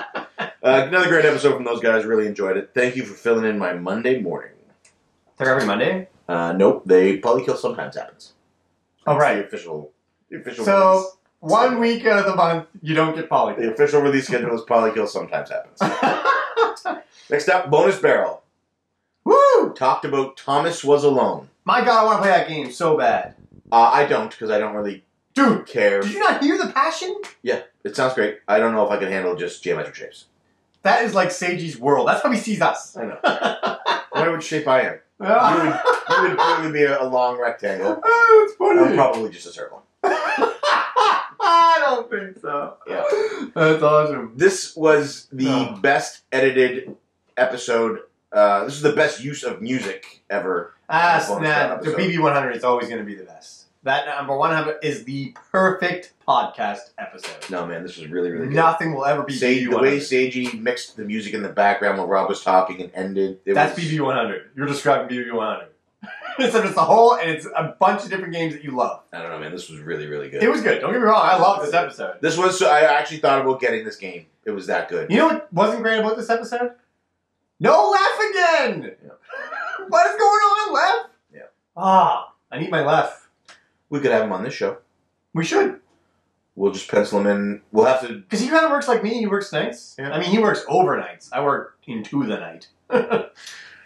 Speaker 2: Uh, another great episode from those guys. Really enjoyed it. Thank you for filling in my Monday morning.
Speaker 3: They're every Monday.
Speaker 2: Uh, nope, they polykill sometimes happens.
Speaker 3: All
Speaker 2: It's
Speaker 3: right.
Speaker 2: The official, the official.
Speaker 3: So one
Speaker 2: one
Speaker 3: week out of the month, you don't
Speaker 2: release,
Speaker 3: get Polykill.
Speaker 2: the official release schedule is polykill sometimes happens. Next up, bonus barrel.
Speaker 3: Woo!
Speaker 2: Talked about Thomas was alone.
Speaker 3: My God, I want to play that game so bad,
Speaker 2: Uh, I don't because I don't really
Speaker 3: dude.
Speaker 2: care.
Speaker 3: Did you not hear the passion?
Speaker 2: It sounds great. I don't know if I can handle just geometric shapes.
Speaker 3: That is like Seiji's world. That's how he sees us.
Speaker 2: I know. I wonder which shape I am. You would probably be a, a long rectangle.
Speaker 3: Oh, it's
Speaker 2: I'm probably just a circle.
Speaker 3: I don't think so.
Speaker 2: Yeah.
Speaker 3: That's awesome.
Speaker 2: This was the
Speaker 3: Oh.
Speaker 2: best edited episode. Uh, this is the best use of music ever.
Speaker 3: Ah,
Speaker 2: Bonus
Speaker 3: snap.
Speaker 2: round
Speaker 3: The
Speaker 2: episode.
Speaker 3: BB 100 is always going to be the best. That number 100 is the perfect podcast episode.
Speaker 2: No, man, this was really, really good.
Speaker 3: Nothing will ever be
Speaker 2: Sage,
Speaker 3: BB
Speaker 2: the way
Speaker 3: 100.
Speaker 2: Seiji mixed the music in the background while Rob was talking and ended. It
Speaker 3: That's
Speaker 2: was,
Speaker 3: BB 100. You're describing BB 100. it's just a whole, and it's a bunch of different games that you love.
Speaker 2: I don't know, man. This was really, really good.
Speaker 3: It was good. Don't get me wrong. I love this episode.
Speaker 2: this was. So I actually thought about getting this game. It was that good.
Speaker 3: You know what wasn't great about this episode? No laugh again! what is going on, Lef?
Speaker 2: Yeah.
Speaker 3: Ah, I need my Lef.
Speaker 2: We could have him on this show.
Speaker 3: We should.
Speaker 2: We'll just pencil him in. We'll have to.
Speaker 3: Because he kind of works like me. He works nights.
Speaker 2: Yeah.
Speaker 3: I mean, he works overnights. I work into the night.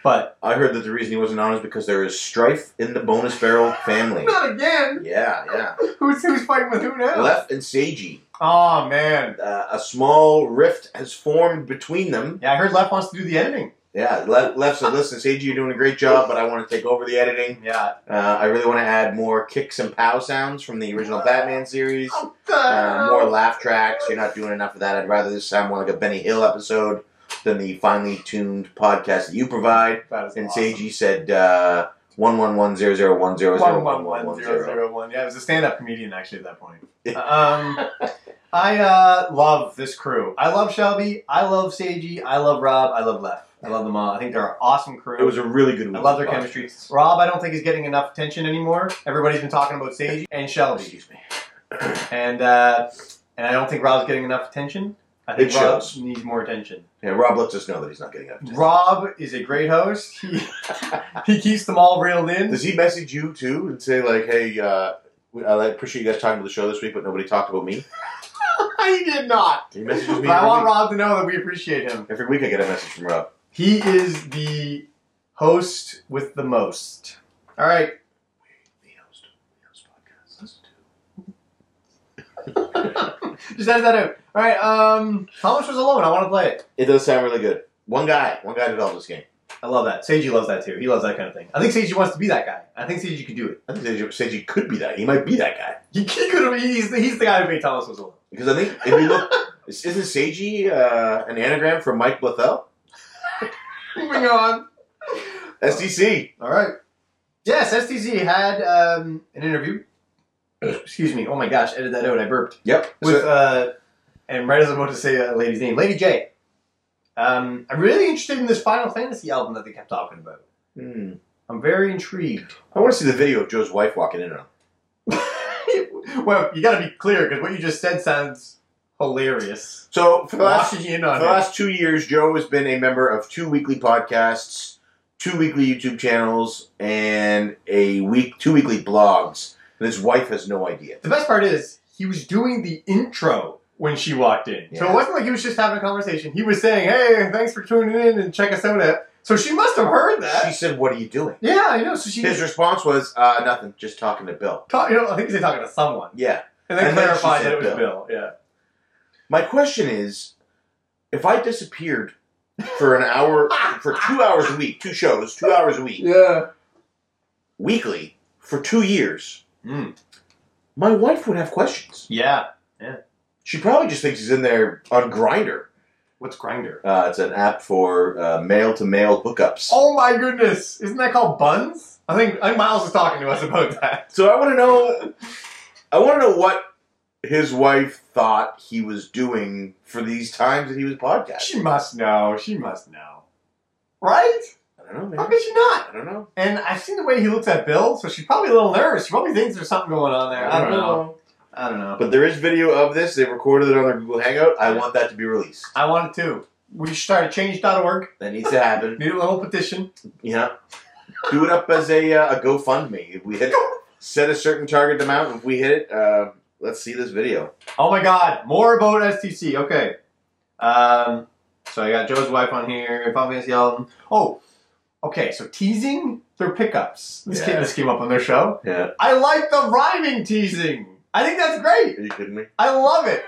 Speaker 3: but
Speaker 2: I heard that the reason he wasn't on is because there is strife in the bonus barrel family.
Speaker 3: not again.
Speaker 2: Yeah, yeah.
Speaker 3: Who's who's fighting with who now?
Speaker 2: Left and Seiji.
Speaker 3: Oh, man.
Speaker 2: Uh, a small rift has formed between them.
Speaker 3: Yeah, I heard Lef wants to do the editing.
Speaker 2: Yeah, Left, left said, listen, Seiji, you're doing a great job, but I want to take over the editing.
Speaker 3: Yeah.
Speaker 2: Uh, I really want to add more kicks and pow sounds from the original Batman series. Uh, more laugh tracks. You're not doing enough of that. I'd rather this sound more like a Benny Hill episode than the finely tuned podcast that you provide.
Speaker 3: That is
Speaker 2: And
Speaker 3: awesome.
Speaker 2: Seiji said, uh, 11100100110.
Speaker 3: 1111001. Yeah, it was a stand-up comedian actually at that point.
Speaker 2: Yeah.
Speaker 3: um, uh, I uh, love this crew. I love Shelby. I love Seiji. I love Rob. I love Lef. I love them all. I think they're an awesome crew.
Speaker 2: It was a really good.
Speaker 3: I
Speaker 2: Wizards
Speaker 3: love their
Speaker 2: podcast.
Speaker 3: chemistry. Rob, I don't think is getting enough attention anymore. Everybody's been talking about Sage and Shelby,
Speaker 2: Excuse me.
Speaker 3: and uh, and I don't think Rob's getting enough attention. I think
Speaker 2: It
Speaker 3: Rob
Speaker 2: shows.
Speaker 3: needs more attention.
Speaker 2: Yeah, Rob lets us know that he's not getting up.
Speaker 3: Rob is a great host. He, he keeps them all reeled in.
Speaker 2: Does he message you too and say like, "Hey, uh, I appreciate you guys talking to the show this week, but nobody talked about me."
Speaker 3: he did not.
Speaker 2: He messages me.
Speaker 3: But
Speaker 2: Every,
Speaker 3: I want
Speaker 2: week.
Speaker 3: Rob to know that we appreciate him.
Speaker 2: every week I get a message from Rob.
Speaker 3: He is the host with the most. All right.
Speaker 2: The host of the host podcast. Listen to.
Speaker 3: Just edit that out. All right. Um, Thomas was alone. I want to play it.
Speaker 2: It does sound really good. One guy, one guy developed this game.
Speaker 3: I love that. Seiji loves that too. He loves that kind of thing. I think Seiji wants to be that guy. I think Seiji could do it.
Speaker 2: I think Seiji Seiji could be that. He might be that guy
Speaker 3: He, he could. have- He's the, he's the guy who made Thomas was alone.
Speaker 2: because I think if you look, isn't Seiji uh, an anagram for Mike Blethell?
Speaker 3: Moving on.
Speaker 2: SDC.
Speaker 3: All right. Yes, STZ had um, an interview. Excuse me. Oh my gosh, edit that out. I burped.
Speaker 2: Yep.
Speaker 3: with
Speaker 2: So-
Speaker 3: uh, and right as I'm about to say a lady's name, Lady J. Um, I'm really interested in this Final Fantasy album that they kept talking about.
Speaker 2: Hmm.
Speaker 3: I'm very intrigued.
Speaker 2: I want to see the video of Joe's wife walking in on. him.
Speaker 3: well, you got to be clear because what you just said sounds hilarious.
Speaker 2: So for the last
Speaker 3: Watching in
Speaker 2: For the
Speaker 3: on it.
Speaker 2: last two years, Joe has been a member of two weekly podcasts, two weekly YouTube channels, and a week two weekly blogs. And his wife has no idea.
Speaker 3: The best part is he was doing the intro when she walked in, so
Speaker 2: Yeah.
Speaker 3: it wasn't like he was just having a conversation. He was saying, "Hey, thanks for tuning in and check us out at." So she must have heard
Speaker 2: She
Speaker 3: that.
Speaker 2: said, "What are you doing?"
Speaker 3: yeah, I know. So she
Speaker 2: His response was, uh, "Nothing, just talking to Bill."
Speaker 3: talk, you know, I think he's talking to someone,
Speaker 2: Yeah.
Speaker 3: and then
Speaker 2: And then she
Speaker 3: clarified
Speaker 2: said
Speaker 3: that it was
Speaker 2: Bill.
Speaker 3: Bill. Yeah.
Speaker 2: My question is, if I disappeared for an hour, for two hours a week, two shows, two hours a week,
Speaker 3: Yeah.
Speaker 2: weekly, for two years,
Speaker 3: Mm.
Speaker 2: my wife would have questions.
Speaker 3: Yeah.
Speaker 2: She probably just thinks he's in there on Grinder.
Speaker 3: What's Grinder?
Speaker 2: Uh, it's an app for mail to mail hookups.
Speaker 3: Oh my goodness! Isn't that called buns? I think I think Miles was talking to us about that.
Speaker 2: So I want to know, I want to know what his wife thought he was doing for these times that he was podcasting.
Speaker 3: She must know. She must know. Right?
Speaker 2: I don't know,
Speaker 3: How
Speaker 2: man.
Speaker 3: could she not?
Speaker 2: I don't know.
Speaker 3: And I've seen the way he looks at Bill, so she's probably a little nervous. She probably thinks there's something going on there. I don't know. I don't know.
Speaker 2: But there is video of this. They recorded it on their Google Hangout. I want that to be released.
Speaker 3: I want it too. We should start at change.org.
Speaker 2: That needs to happen.
Speaker 3: Need a little petition.
Speaker 2: Yeah. Do it up as a, uh, a GoFundMe. If we hit, set a certain target amount. If we hit it, uh, let's see this video.
Speaker 3: Oh my god, more about STC. Okay. Um, so I got Joe's wife on here, Final Fantasy album. Oh, okay, so teasing their pickups. This, came,
Speaker 2: Yeah.
Speaker 3: this came up on their show.
Speaker 2: Yeah.
Speaker 3: I like the rhyming teasing. I think that's great.
Speaker 2: Are you kidding me?
Speaker 3: I love it.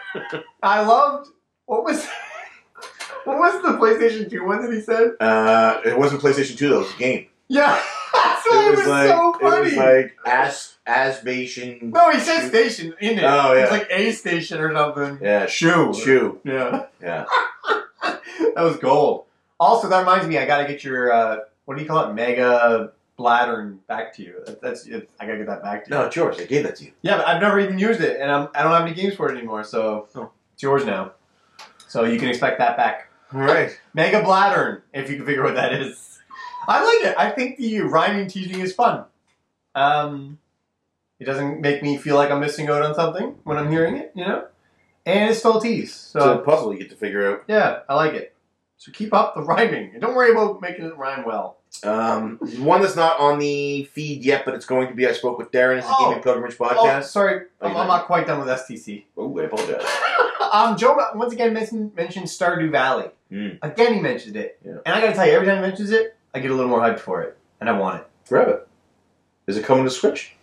Speaker 3: I loved what was what was the PlayStation 2 one that he said?
Speaker 2: Uh, it wasn't PlayStation 2 though. It was a game.
Speaker 3: Yeah. that's why it was, so funny.
Speaker 2: It was like as asbation.
Speaker 3: no, he said station in it.
Speaker 2: Oh,
Speaker 3: It's
Speaker 2: yeah.
Speaker 3: like a station or something.
Speaker 2: Yeah, sh-
Speaker 3: Shoe.
Speaker 2: chew.
Speaker 3: Yeah.
Speaker 2: Yeah,
Speaker 3: that was gold. Also, that reminds me, I gotta get your uh, what do you call it, mega bladder back to you. That- That's it. I gotta get that back to you.
Speaker 2: no, it's yours. I gave that to you.
Speaker 3: Yeah, but I've never even used it, and I'm, I don't have any games for it anymore, so it's yours now. So you can expect that back.
Speaker 2: All right.
Speaker 3: Mega bladder, if you can figure what that is. I like it. I think the rhyming teasing is fun. Um, it doesn't make me feel like I'm missing out on something when I'm hearing it, you know. And it's still a tease,
Speaker 2: It's a puzzle you get to figure out.
Speaker 3: yeah, I like it. So keep up the rhyming. And don't worry about making it rhyme well.
Speaker 2: Um, one that's not on the feed yet, but it's going to be. I spoke with Darren. It's the
Speaker 3: Oh.
Speaker 2: Gaming Pilgrimage
Speaker 3: Oh,
Speaker 2: podcast.
Speaker 3: sorry.
Speaker 2: Oh,
Speaker 3: I'm,
Speaker 2: you like
Speaker 3: I'm not quite done with STC.
Speaker 2: Oh, I apologize.
Speaker 3: um, Joe, once again, mentioned, mentioned Stardew Valley.
Speaker 2: Mm.
Speaker 3: Again, he mentioned it.
Speaker 2: Yeah.
Speaker 3: And I gotta tell you, every time he mentions it, I get a little more hyped for it. And I want it.
Speaker 2: Grab it. Is it coming to Switch?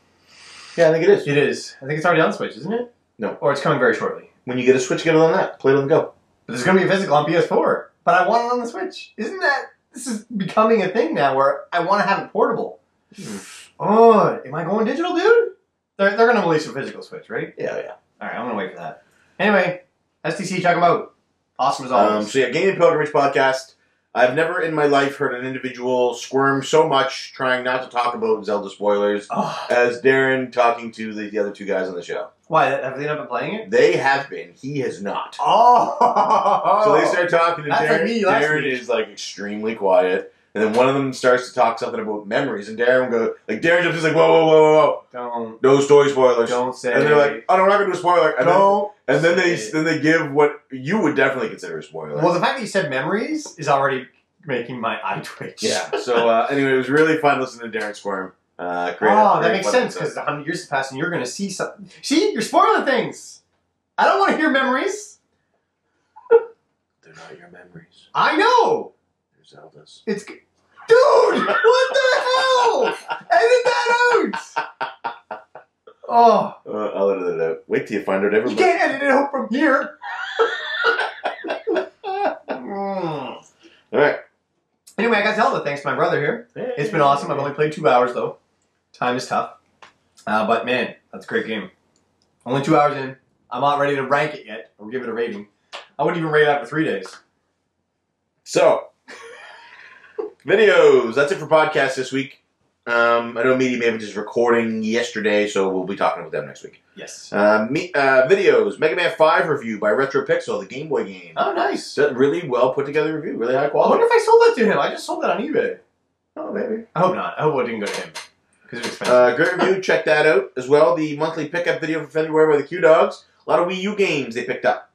Speaker 2: Yeah, I think it is.
Speaker 3: It is. I think it's already on Switch, isn't it?
Speaker 2: No.
Speaker 3: Or it's coming very shortly.
Speaker 2: When you get a Switch, get it on that. Play it on the go.
Speaker 3: But there's gonna be a physical on PS4. But I want it on the Switch. Isn't that. This is becoming a thing now where I wanna have it portable.
Speaker 2: Hmm.
Speaker 3: Oh, am I going digital, dude? They're, they're gonna release a physical Switch, right?
Speaker 2: Yeah, yeah.
Speaker 3: All right, I'm gonna wait for that. Anyway, STC, check them out. Awesome as
Speaker 2: Um,
Speaker 3: always.
Speaker 2: so yeah, Gaming Pilgrimage podcast. I've never in my life heard an individual squirm so much trying not to talk about Zelda spoilers
Speaker 3: oh,
Speaker 2: as Darren talking to the, the other two guys on the show.
Speaker 3: Why have they not been playing it?
Speaker 2: They have been. He has not.
Speaker 3: Oh,
Speaker 2: So they start talking, and
Speaker 3: That's like
Speaker 2: Darren,
Speaker 3: me last
Speaker 2: Darren
Speaker 3: week.
Speaker 2: is like extremely quiet. And then one of them starts to talk something about memories, and Darren go like Darren jumps in, he's like whoa whoa whoa whoa whoa
Speaker 3: Don't
Speaker 2: no story spoilers.
Speaker 3: don't say.
Speaker 2: and they're like oh no we're not gonna do a spoiler and then,
Speaker 3: don't.
Speaker 2: and then they
Speaker 3: say it.
Speaker 2: then they give what you would definitely consider a spoiler.
Speaker 3: Well, the fact that you said memories is already making my eye twitch.
Speaker 2: yeah. So uh, anyway, it was really fun listening to Darren squirm. Uh, great,
Speaker 3: oh, that
Speaker 2: great
Speaker 3: makes
Speaker 2: fun
Speaker 3: sense
Speaker 2: episode.
Speaker 3: because 100 years have passed and you're going to see something. See, you're spoiling things. I don't want to hear memories.
Speaker 2: they're not your memories,
Speaker 3: I know.
Speaker 2: they're Zelda's.
Speaker 3: It's. g- Dude, what the hell? Edit that out. Oh,
Speaker 2: Uh, I'll edit it out. Wait till you find out
Speaker 3: you
Speaker 2: everybody.
Speaker 3: can't edit it out from here. Mm.
Speaker 2: All right.
Speaker 3: Anyway, I got Zelda thanks to my brother here. It's been awesome. I've only played two hours though. Time is tough. Uh, but man, that's a great game. Only two hours in. I'm not ready to rank it yet or give it a rating. I wouldn't even rate it after three days.
Speaker 2: So, videos. That's it for podcasts this week. Um, I know Media Maven is recording yesterday, so we'll be talking with them next week.
Speaker 3: Yes.
Speaker 2: Uh, me, uh, videos. Mega Man 5 review by Retro Pixel, the Game Boy game.
Speaker 3: Oh, nice.
Speaker 2: It's a really well put together review, really high
Speaker 3: Well, I
Speaker 2: quality.
Speaker 3: wonder if I sold that to him. I just sold that on eBay.
Speaker 2: Oh, maybe.
Speaker 3: I hope not. I hope it didn't go to him because it's expensive.
Speaker 2: Uh, great review. Check that out as well. The monthly pickup video for February by the Q Dogs. A lot of Wii U games they picked up.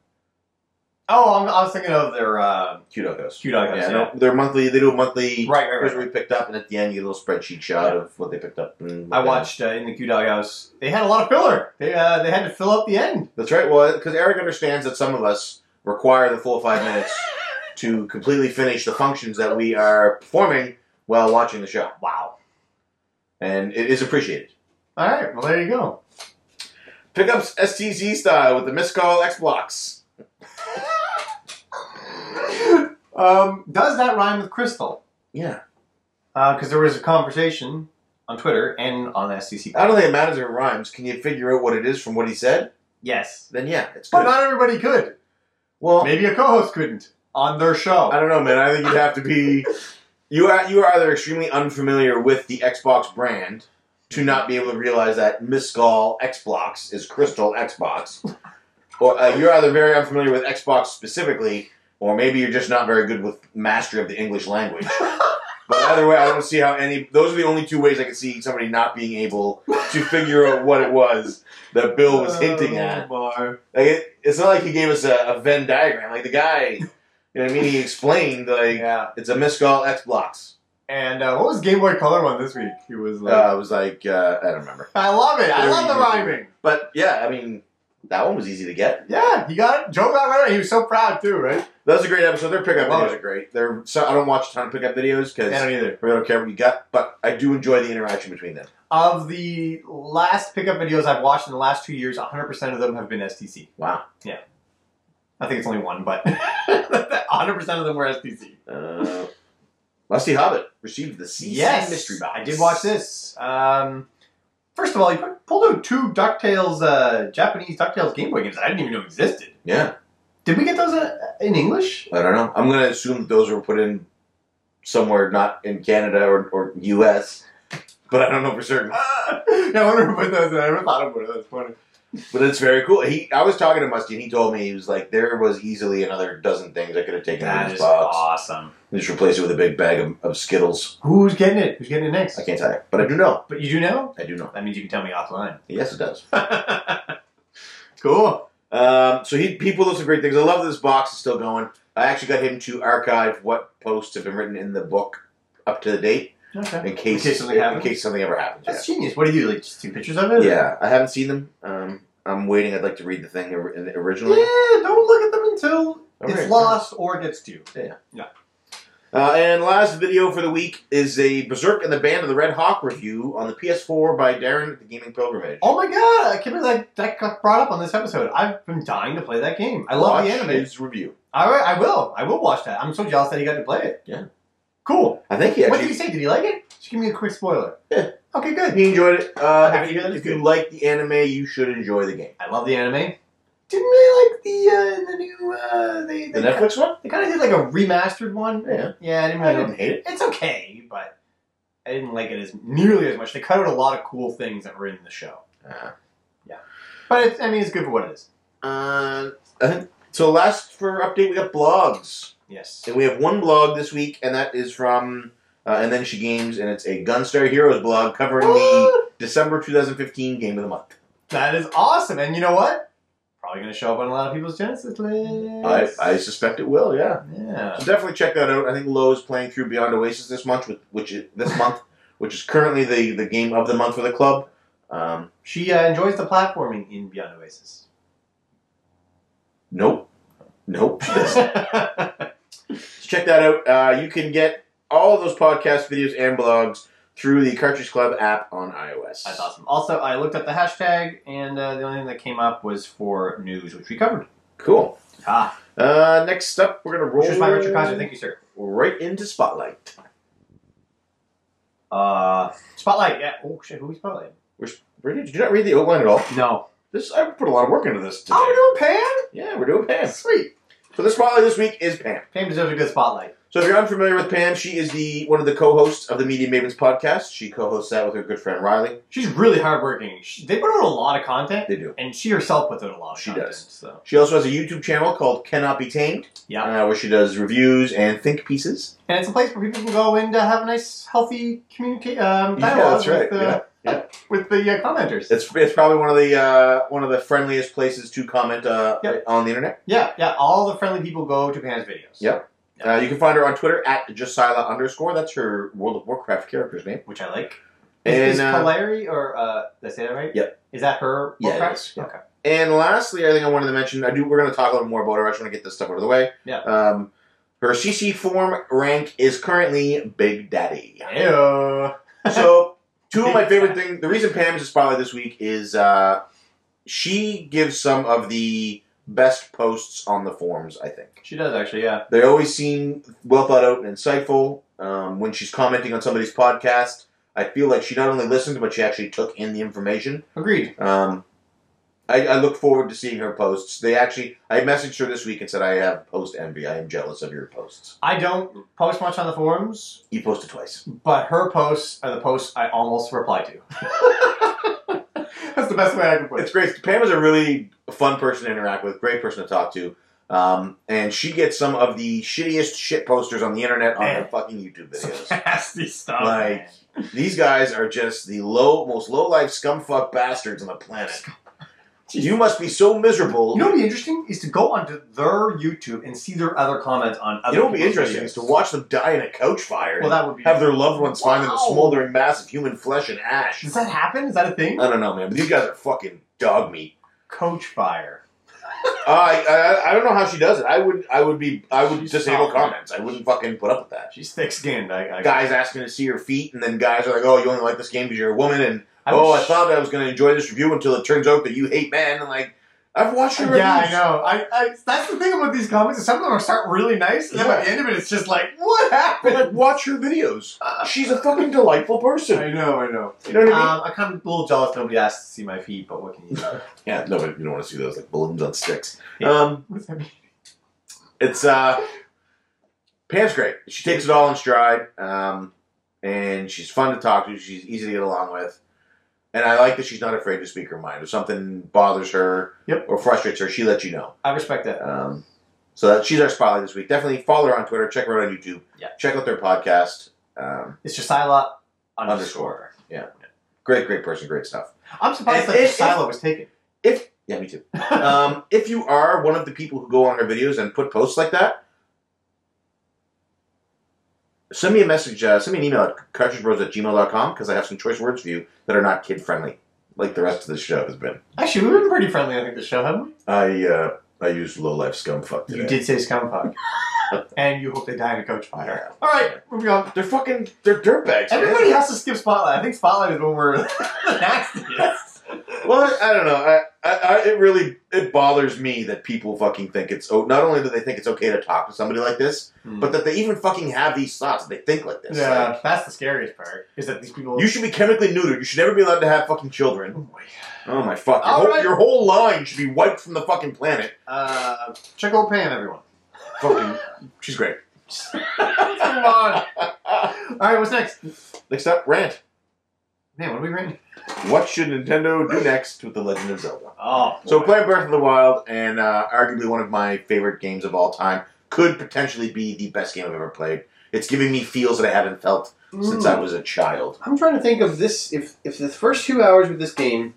Speaker 3: oh, I'm, I was thinking of their uh,
Speaker 2: Q Dogos.
Speaker 3: Q Dog.
Speaker 2: Yeah,
Speaker 3: Yeah,
Speaker 2: no, they're monthly. They do a monthly.
Speaker 3: Right, right,
Speaker 2: Here's
Speaker 3: right.
Speaker 2: what we picked up, and at the end, you get a little spreadsheet shot of what they picked up. and what
Speaker 3: I
Speaker 2: they-
Speaker 3: watched uh, in the Q Dog House. They had a lot of filler. They uh, they had to fill out the end.
Speaker 2: That's right. Well, because Eric understands that some of us require the full five minutes to completely finish the functions that we are performing while watching the show.
Speaker 3: Wow.
Speaker 2: And it is appreciated.
Speaker 3: All right. Well, there you go.
Speaker 2: Pickups STZ style with the miscall X blocks.
Speaker 3: um, does that rhyme with crystal?
Speaker 2: Yeah.
Speaker 3: because there was a conversation on Twitter and on the SCC.
Speaker 2: I don't think it matters if it rhymes. Can you figure out what it is from what he said?
Speaker 3: yes,
Speaker 2: Then yeah, it's
Speaker 3: but
Speaker 2: good.
Speaker 3: not everybody could.
Speaker 2: Well,
Speaker 3: Maybe a co-host couldn't on their
Speaker 2: I
Speaker 3: show.
Speaker 2: don't know, man. I think you'd have to be you are you are either extremely unfamiliar with the Xbox brand to not be able to realize that Miscall Xbox is Crystal Xbox, or uh, you're either very unfamiliar with Xbox specifically, or maybe you're just not very good with mastery of the English language. But either way, I don't see how any. Those are the only two ways I can see somebody not being able to figure out what it was that Bill was hinting at.
Speaker 3: Oh,
Speaker 2: Like it, it's not like he gave us a, a Venn diagram. Like the guy, you know what I mean? He explained
Speaker 3: boy.
Speaker 2: like
Speaker 3: Yeah.
Speaker 2: it's a miscall X blocks.
Speaker 3: And uh, what was Game Boy Color one this week? It was
Speaker 2: Uh,
Speaker 3: like,
Speaker 2: I was like, uh, I don't remember.
Speaker 3: I love it. I love the rhyming.
Speaker 2: But yeah, I mean, that one was easy to get.
Speaker 3: Yeah, he got it. Joe got it right. away. He was so proud too, right?
Speaker 2: That was a great episode. Their pickup
Speaker 3: Love
Speaker 2: videos
Speaker 3: it.
Speaker 2: are great. They're so I don't watch a ton of pickup videos
Speaker 3: I don't
Speaker 2: because
Speaker 3: either.
Speaker 2: we don't care what you got. But I do enjoy the interaction between them.
Speaker 3: Of the last pickup videos I've watched in the last two years, 100% of them have been STC.
Speaker 2: Wow.
Speaker 3: I think it's only one, but 100% of them were STC.
Speaker 2: Uh, Musty Hobbit received the CC
Speaker 3: Yes,
Speaker 2: mystery box.
Speaker 3: I did watch this. Um, first of all, you put- pulled out two Ducktales, uh, Japanese Ducktales Game Boy games that I didn't even know existed.
Speaker 2: Yeah,
Speaker 3: Did we get those uh, in English?
Speaker 2: I don't know. I'm gonna assume that those were put in somewhere not in Canada or, or U.S. But I don't know for certain.
Speaker 3: Uh, yeah, I wonder who put those in. I never thought of one. That's funny.
Speaker 2: But it's very cool. He, I was talking to Musty, and he told me he was like, there was easily another dozen things I could have taken out of this box.
Speaker 3: awesome.
Speaker 2: Just replace it with a big bag of, of Skittles.
Speaker 3: Who's getting it? Who's getting it next?
Speaker 2: I can't tell you, but I do know.
Speaker 3: But you do know?
Speaker 2: I do know.
Speaker 3: That means you can tell me offline.
Speaker 2: Yes, it does.
Speaker 3: cool.
Speaker 2: Um, so he he pulled up some great things. I love that this box is still going. I actually got him to archive what posts have been written in the book up to the date
Speaker 3: Okay.
Speaker 2: in case
Speaker 3: In case something happens?
Speaker 2: in case something ever happens. Yeah.
Speaker 3: That's genius. What do you do? Like, just two pictures of it?
Speaker 2: Yeah, I haven't seen them. Um, I'm waiting. I'd like to read the thing or-
Speaker 3: Yeah,
Speaker 2: originally.
Speaker 3: don't look at them until
Speaker 2: Okay.
Speaker 3: it's lost or it gets to you.
Speaker 2: Uh, and last video for the week is a Berserk and the Band of the Red Hawk review on the PS4 by Darren at the Gaming Pilgrimage.
Speaker 3: Oh my god, I can't believe that, that got brought up on this episode. I've been dying to play that game. I love
Speaker 2: Watch
Speaker 3: the anime.
Speaker 2: his review.
Speaker 3: I, I will. I will watch that. I'm so jealous that he got to play it.
Speaker 2: Yeah.
Speaker 3: Cool.
Speaker 2: I think he
Speaker 3: What did he
Speaker 2: actually
Speaker 3: say? Did he like it? Just give me a quick spoiler.
Speaker 2: Yeah.
Speaker 3: Okay, good.
Speaker 2: he enjoyed it. Uh,
Speaker 3: Okay,
Speaker 2: if
Speaker 3: yeah, that's
Speaker 2: if you
Speaker 3: good.
Speaker 2: like the anime, you should enjoy the game.
Speaker 3: I love the anime. Didn't really like the uh, the new uh, they
Speaker 2: The
Speaker 3: they,
Speaker 2: Netflix one?
Speaker 3: they kind of did like a remastered one.
Speaker 2: Yeah.
Speaker 3: Yeah, I didn't
Speaker 2: I
Speaker 3: really.
Speaker 2: didn't hate it.
Speaker 3: It's okay, but I didn't like it as nearly as much. They cut out a lot of cool things that were in the show.
Speaker 2: Uh,
Speaker 3: But it's, I mean, it's good for what it is.
Speaker 2: Uh, so last for update, we got blogs,
Speaker 3: Yes.
Speaker 2: and we have one blog this week, and that is from uh, and then she games, and it's a Gunstar Heroes blog covering the
Speaker 3: Woo!
Speaker 2: December 2015 game of the month.
Speaker 3: That is awesome. And you know what? Probably going to show up on a lot of people's Genesis
Speaker 2: I,
Speaker 3: lists.
Speaker 2: I suspect it will, yeah.
Speaker 3: yeah.
Speaker 2: So definitely check that out. I think Lowe's playing through Beyond Oasis this month, with- which is, this month, which is currently the, the game of the month for the club. Um,
Speaker 3: She uh, enjoys the platforming in Beyond Oasis.
Speaker 2: nope, nope. So
Speaker 3: That's
Speaker 2: check that out. Uh, you can get all those podcast videos and blogs through the Cartridge Club app on iOS.
Speaker 3: awesome. Also, I looked up the hashtag, and uh, the only thing that came up was for news, which we covered.
Speaker 2: Cool.
Speaker 3: Ah,
Speaker 2: Uh, next up, we're gonna roll
Speaker 3: which was by Richard Kaiser. Thank you, sir.
Speaker 2: right into Spotlight.
Speaker 3: Uh, Spotlight. Yeah. Oh shit, who we Spotlight?
Speaker 2: Where Did did you not read the outline at all?
Speaker 3: No.
Speaker 2: This I put a lot of work into this. Today.
Speaker 3: Oh, we're doing
Speaker 2: Yeah, we're doing Pam.
Speaker 3: Pam. Sweet.
Speaker 2: So the Spotlight this week is Pam.
Speaker 3: Pam deserves a good spotlight.
Speaker 2: So if you're unfamiliar with Pam, she is the one of the co-hosts of the Media Mavens podcast. She co-hosts that with her good friend Riley.
Speaker 3: She's really hardworking. She, they put out a lot of content,
Speaker 2: They do.
Speaker 3: and she herself puts out a lot of
Speaker 2: She
Speaker 3: content.
Speaker 2: does.
Speaker 3: So
Speaker 2: She also has a YouTube channel called Cannot Be Tamed,
Speaker 3: yeah.
Speaker 2: uh, where she does reviews and think pieces.
Speaker 3: And it's a place where people can go and uh, have a nice, healthy communica- um, dialogue
Speaker 2: Yeah, that's right,
Speaker 3: with, the,
Speaker 2: yeah, yeah.
Speaker 3: with the uh, commenters.
Speaker 2: It's it's probably one of the uh, one of the friendliest places to comment uh,
Speaker 3: Yep.
Speaker 2: on the internet.
Speaker 3: yeah, yeah. All the friendly people go to Pan's videos.
Speaker 2: Yep. Uh, you can find her on Twitter at Josila underscore. That's her World of Warcraft character's name.
Speaker 3: Which I like. Is,
Speaker 2: And
Speaker 3: is
Speaker 2: uh,
Speaker 3: Polari, or, uh, did I say that right?
Speaker 2: Yep.
Speaker 3: Is that her?
Speaker 2: Yeah, it
Speaker 3: Warcraft?
Speaker 2: is, yeah.
Speaker 3: Okay.
Speaker 2: And lastly, I think I wanted to mention. I do. We're going to talk a little more about her. I just want to get this stuff out of the way.
Speaker 3: Yeah.
Speaker 2: Um, her CC form rank is currently Big Daddy.
Speaker 3: Ayo.
Speaker 2: So two of my favorite things. The reason Pam's a spotlight this week is uh, she gives some of the best posts on the forums. I think
Speaker 3: She does, actually, yeah.
Speaker 2: they always seem well thought out and insightful. Um, when she's commenting on somebody's podcast, I feel like she not only listened but she actually took in the information.
Speaker 3: Agreed.
Speaker 2: Um, I, I look forward to seeing her posts. They actually, I messaged her this week and said, I have post envy. I am jealous of your posts.
Speaker 3: I don't post much on the forums,
Speaker 2: You posted twice.
Speaker 3: but her posts are the posts I almost reply to. That's the best way I can put
Speaker 2: It's
Speaker 3: it.
Speaker 2: great. Pam is a really fun person to interact with, great person to talk to. Um, and she gets some of the shittiest shit posters on the internet on her
Speaker 3: Man.
Speaker 2: fucking YouTube videos.
Speaker 3: nasty stuff.
Speaker 2: Like, These guys are just the low, most low life scumfuck bastards on the planet. You must be so miserable.
Speaker 3: You know what would be interesting is to go onto their YouTube and see their other comments on other.
Speaker 2: You know what would be
Speaker 3: people's
Speaker 2: interesting
Speaker 3: videos.
Speaker 2: is to watch them die in a couch fire.
Speaker 3: Well, that would be.
Speaker 2: have their loved ones find in the
Speaker 3: Wow.
Speaker 2: smoldering mass of human flesh and ash.
Speaker 3: Does that happen? Is that a thing?
Speaker 2: I don't know, man. But these guys are fucking dog meat.
Speaker 3: Coach fire.
Speaker 2: Uh, I, I I don't know how she does it. I would I would be I would
Speaker 3: She's
Speaker 2: disable
Speaker 3: soft.
Speaker 2: comments. I wouldn't fucking put up with that.
Speaker 3: She's thick skinned. I, I,
Speaker 2: Guys asking to see her feet, and then guys are like, "Oh, you only like this game because you're a woman," and
Speaker 3: I
Speaker 2: "Oh,
Speaker 3: wish-
Speaker 2: I thought I was going to enjoy this review until it turns out that you hate men." And like, I've watched her.
Speaker 3: Yeah, I
Speaker 2: reviews.
Speaker 3: know. I, I that's the thing about these comments. Is some of them start really nice, and then by the end of it, it's just like, what
Speaker 2: But
Speaker 3: happened?
Speaker 2: like, watch her videos. She's a fucking delightful person.
Speaker 3: I know. I know.
Speaker 2: You know what I mean?
Speaker 3: Um, I'm kind of a little jealous. Nobody asked to see my feet, but what can you do?
Speaker 2: yeah, no, but you don't want to see those like balloons on sticks.
Speaker 3: Yeah.
Speaker 2: Um,
Speaker 3: What does that mean?
Speaker 2: It's uh, Pam's great. She takes it all in stride, um, and she's fun to talk to. She's easy to get along with, and I like that she's not afraid to speak her mind. If something bothers her
Speaker 3: Yep.
Speaker 2: or frustrates her, she lets you know.
Speaker 3: I respect that.
Speaker 2: Um, so that she's our spotlight this week. Definitely follow her on Twitter. Check her out on YouTube.
Speaker 3: Yeah.
Speaker 2: Check out their podcast. Um,
Speaker 3: It's Josila
Speaker 2: Underscore.
Speaker 3: underscore.
Speaker 2: great, great person, great stuff.
Speaker 3: I'm surprised
Speaker 2: And
Speaker 3: that
Speaker 2: it-
Speaker 3: Josila was taken.
Speaker 2: If yeah, me too. um, if you are one of the people who go on her videos and put posts like that, send me a message, uh, send me an email at cartridgebros at gmail.com because I have some choice words for you that are not kid friendly, like the rest of the show has been.
Speaker 3: Actually, we've been pretty friendly. I think the show, haven't we?
Speaker 2: I uh, I used low life scumfuck today.
Speaker 3: You did say scumfuck. and you hope they die in a coach fire.
Speaker 2: Yeah.
Speaker 3: All right, moving on.
Speaker 2: They're fucking they're dirtbags. man.
Speaker 3: Everybody has to skip Spotlight. I think Spotlight is when we're the nastiest.
Speaker 2: Well, I don't know. I, I, I it really it bothers me that people fucking think it's oh not only do they think it's okay to talk to somebody like this,
Speaker 3: Hmm.
Speaker 2: but that they even fucking have these thoughts. They think like this.
Speaker 3: yeah,
Speaker 2: Like,
Speaker 3: that's the scariest part. Is that these people?
Speaker 2: You should be chemically neutered. You should never be allowed to have fucking children.
Speaker 3: Oh boy.
Speaker 2: Oh my fuck! Your
Speaker 3: All
Speaker 2: whole,
Speaker 3: right.
Speaker 2: your whole line should be wiped from the fucking planet.
Speaker 3: Uh, check old Pam, everyone.
Speaker 2: Fucking, she's great.
Speaker 3: Let's move on. All right, what's next?
Speaker 2: Next up, rant.
Speaker 3: Man, what are we ranking?
Speaker 2: What should Nintendo do next with The Legend of Zelda?
Speaker 3: Oh,
Speaker 2: So
Speaker 3: boy.
Speaker 2: play Breath of the Wild, and uh, arguably one of my favorite games of all time, could potentially be the best game I've ever played. It's giving me feels that I haven't felt since I was a child.
Speaker 3: I'm trying to think of this. If if the first two hours with this game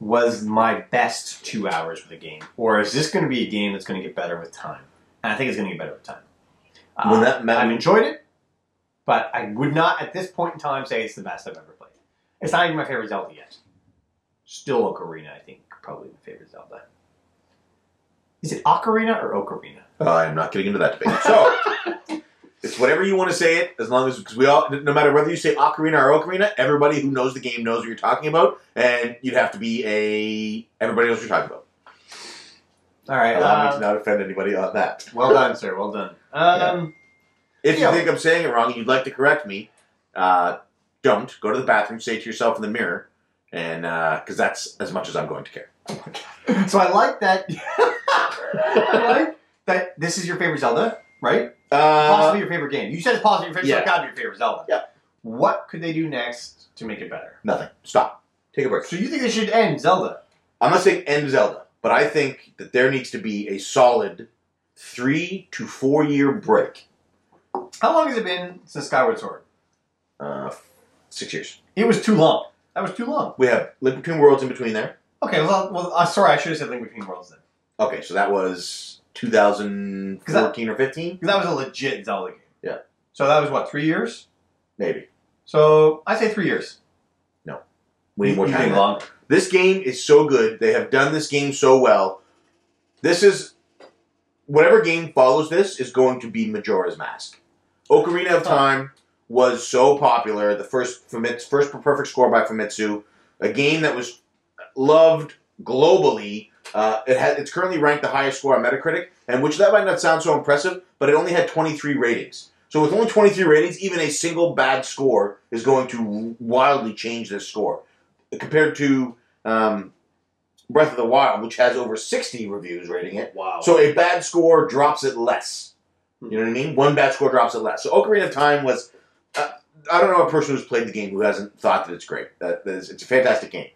Speaker 3: was my best two hours with a game, or is this going to be a game that's going to get better with time? And I think it's going to get better with time. Uh,
Speaker 2: Well, that ma-
Speaker 3: I've enjoyed it, but I would not at this point in time say it's the best I've ever played. It's not even my favorite Zelda yet. Still Ocarina, I think, probably my favorite Zelda. Is it Ocarina or Ocarina?
Speaker 2: Uh, I'm not getting into that debate. So it's whatever you want to say it, as long as because we all, no matter whether you say Ocarina or Ocarina, everybody who knows the game knows what you're talking about, and you'd have to be a everybody knows what you're talking about.
Speaker 3: All right.
Speaker 2: Allow me
Speaker 3: uh,
Speaker 2: to not offend anybody on that.
Speaker 3: well done, sir. Well done. Um,
Speaker 2: If you
Speaker 3: Yeah.
Speaker 2: think I'm saying it wrong and you'd like to correct me, uh, don't. Go to the bathroom, say it to yourself in the mirror, and because that's as much as I'm going to care.
Speaker 3: So I like that. I like that. This is your favorite Zelda, right?
Speaker 2: Uh,
Speaker 3: Possibly your favorite game. You said it's possibly your favorite. Yeah. So
Speaker 2: yeah.
Speaker 3: it's got to be your favorite Zelda.
Speaker 2: Yeah.
Speaker 3: What could they do next to make it better?
Speaker 2: nothing. Stop. Take a break.
Speaker 3: So you think they should end Zelda?
Speaker 2: I'm not saying end Zelda, but I think that there needs to be a solid three to four year break.
Speaker 3: How long has it been since Skyward Sword?
Speaker 2: Uh, six years.
Speaker 3: It was too long. That was too long.
Speaker 2: We have Link Between Worlds in between there.
Speaker 3: Okay. Well, well uh, sorry. I should have said Link Between Worlds then,
Speaker 2: Okay, so that was 2014 or 15,
Speaker 3: because that was a legit Zelda game.
Speaker 2: Yeah.
Speaker 3: So that was what three years.
Speaker 2: maybe.
Speaker 3: So I say three years.
Speaker 2: We need more
Speaker 3: You
Speaker 2: time.
Speaker 3: think
Speaker 2: than that.
Speaker 3: longer.
Speaker 2: This game is so good. They have done this game so well. This is whatever game follows this is going to be Majora's Mask. Ocarina of Time was so popular. The first Famitsu, first perfect score by Famitsu, a game that was loved globally. Uh, it had, it's currently ranked the highest score on Metacritic, and which that might not sound so impressive, but it only had 23 ratings. So with only 23 ratings, even a single bad score is going to wildly change this score compared to um, Breath of the Wild, which has over 60 reviews rating it.
Speaker 3: Wow. Hmm.
Speaker 2: So a bad score drops it less. You know what I mean? One bad score drops it less. So Ocarina of Time was. Uh, I don't know a person who's played the game who hasn't thought that it's great. That, that is, it's a fantastic game.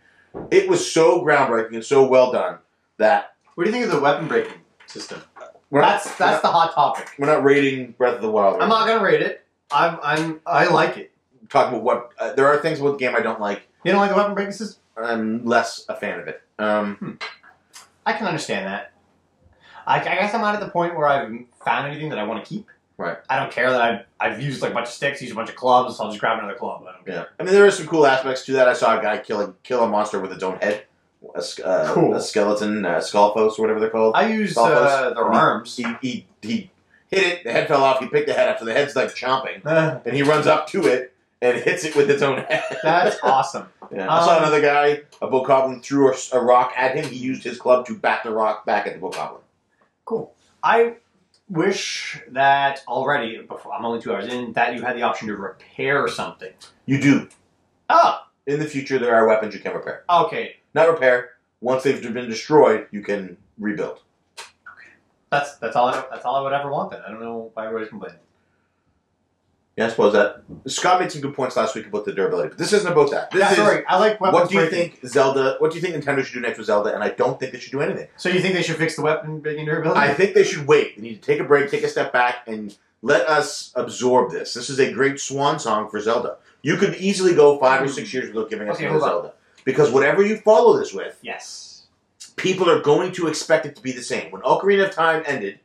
Speaker 2: It was so groundbreaking and so well done that
Speaker 3: what do you think of the weapon breaking system?
Speaker 2: we're not,
Speaker 3: That's that's the hot topic.
Speaker 2: we're not rating Breath of the Wild. right
Speaker 3: I'm not gonna rate it. I'm I'm I like it.
Speaker 2: now. talking about what uh, there are things about the game I don't like.
Speaker 3: You don't like the weapon breaking system?
Speaker 2: I'm less a fan of it. Um,
Speaker 3: I can understand that. I, I guess I'm not at the point where I've found anything that I want to keep.
Speaker 2: Right.
Speaker 3: I don't care that I've, I've used like a bunch of sticks, used a bunch of clubs, so I'll just grab another club. I don't care.
Speaker 2: yeah, I mean there are some cool aspects to that. I saw a guy kill a, kill a monster with its own head, a, sk- uh,
Speaker 3: Cool.
Speaker 2: a skeleton, uh, skull or whatever they're called.
Speaker 3: I use
Speaker 2: Golfers.
Speaker 3: uh, their arms.
Speaker 2: he, he he hit it. The head fell off. He picked the head up, so the head's like chomping,
Speaker 3: Uh,
Speaker 2: and he runs up to it and hits it with its own head.
Speaker 3: that's awesome.
Speaker 2: Yeah. I saw
Speaker 3: Um,
Speaker 2: another guy. A bokoblin threw a, a rock at him. He used his club to bat the rock back at the bokoblin.
Speaker 3: Cool. I wish that already. Before I'm only two hours in. That you had the option to repair something.
Speaker 2: You do.
Speaker 3: Oh,
Speaker 2: In the future, there are weapons you can repair.
Speaker 3: okay.
Speaker 2: Not repair. Once they've been destroyed, you can rebuild.
Speaker 3: That's that's all. I, that's all I would ever want. Then I don't know why everybody's complaining.
Speaker 2: Yeah, I suppose that Scott made some good points last week about the durability, but this isn't about that. This
Speaker 3: yeah,
Speaker 2: is
Speaker 3: Ah, sorry. I like weapons
Speaker 2: what do you
Speaker 3: breaking.
Speaker 2: think Zelda? What do you think Nintendo should do next with Zelda? And I don't think they should do anything.
Speaker 3: So you think they should fix the weapon breaking durability?
Speaker 2: I think they should wait. They need to take a break, take a step back, and let us absorb this. This is a great swan song for Zelda. You could easily go five or six years without giving us
Speaker 3: Okay,
Speaker 2: another
Speaker 3: hold on.
Speaker 2: Zelda. Because whatever you follow this with,
Speaker 3: yes.
Speaker 2: people are going to expect it to be the same. When Ocarina of Time ended,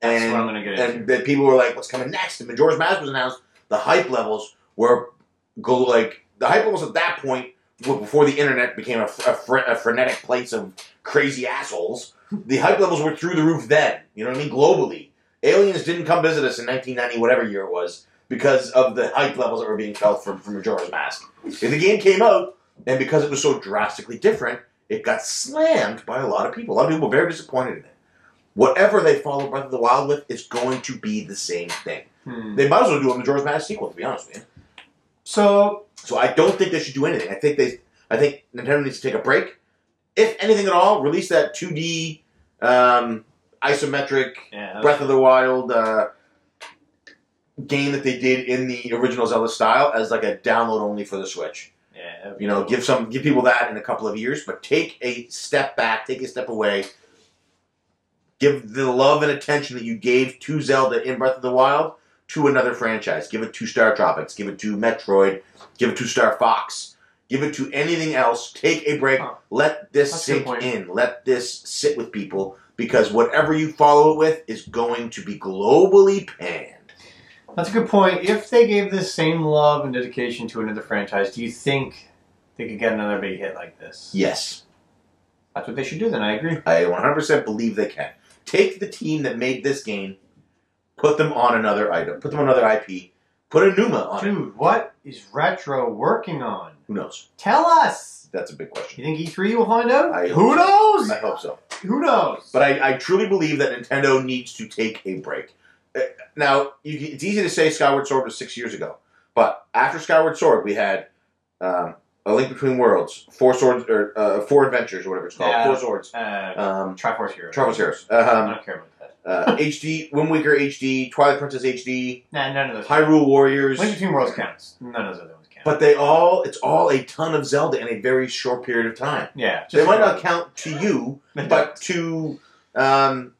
Speaker 3: That's
Speaker 2: and,
Speaker 3: what I'm gonna get
Speaker 2: and that people were like, what's coming next? And Majora's Mask was announced, the hype levels were go like, the hype levels at that point, were before the internet became a, fr- a, fre- a frenetic place of crazy assholes, the hype levels were through the roof then. You know what I mean? Globally. Aliens didn't come visit us in 1990, whatever year it was, because of the hype levels that were being felt from, from Majora's Mask. If the game came out, and because it was so drastically different, it got slammed by a lot of people. A lot of people were very disappointed in it. Whatever they follow Breath of the Wild with is going to be the same thing.
Speaker 3: Hmm.
Speaker 2: They might as well do a Majora's Mask sequel, to be honest with you.
Speaker 3: So
Speaker 2: So I don't think they should do anything. I think they, I think Nintendo needs to take a break. If anything at all, release that 2D um, isometric
Speaker 3: yeah,
Speaker 2: Breath of the Wild uh, game that they did in the original Zelda style as like a download only for the Switch.
Speaker 3: yeah. have.
Speaker 2: You know, give some give people that in a couple of years, but take a step back, take a step away. Give the love and attention that you gave to Zelda in Breath of the Wild to another franchise. Give it to Star Tropics. Give it to Metroid. Give it to Star Fox. Give it to anything else. Take a break.
Speaker 3: Huh.
Speaker 2: Let this
Speaker 3: That's a good
Speaker 2: sink
Speaker 3: point.
Speaker 2: in. Let this sit with people because whatever you follow it with is going to be globally panned.
Speaker 3: That's a good point. If they gave this same love and dedication to another franchise, do you think they could get another big hit like this?
Speaker 2: Yes.
Speaker 3: That's what they should do then. I agree.
Speaker 2: I 100% believe they can. Take the team that made this game, put them on another item, put them on another IP, put a Numa on it.
Speaker 3: Dude, what is Retro working on?
Speaker 2: Who knows?
Speaker 3: Tell us.
Speaker 2: That's a big
Speaker 3: You
Speaker 2: question.
Speaker 3: think E3 will find out?
Speaker 2: I-
Speaker 3: Who knows?
Speaker 2: I hope so.
Speaker 3: Who knows?
Speaker 2: But I, I truly believe that Nintendo needs to take a break. Uh, Now, you, it's easy to say Skyward Sword was six years ago, but after Skyward Sword, we had um, A Link Between Worlds, Four Swords, or uh, Four Adventures, or whatever it's called,
Speaker 3: Yeah.
Speaker 2: Four Swords,
Speaker 3: uh,
Speaker 2: um,
Speaker 3: Triforce Hero.
Speaker 2: Travel's Heroes,
Speaker 3: I
Speaker 2: um,
Speaker 3: don't care about that.
Speaker 2: uh, HD, Wind Waker HD, Twilight Princess HD,
Speaker 3: Nah, none of those.
Speaker 2: Hyrule Warriors.
Speaker 3: Link Between Worlds counts. None of those other ones count.
Speaker 2: But they all, it's all a ton of Zelda in a very short period of time.
Speaker 3: yeah, just
Speaker 2: they might not count to you, but to um,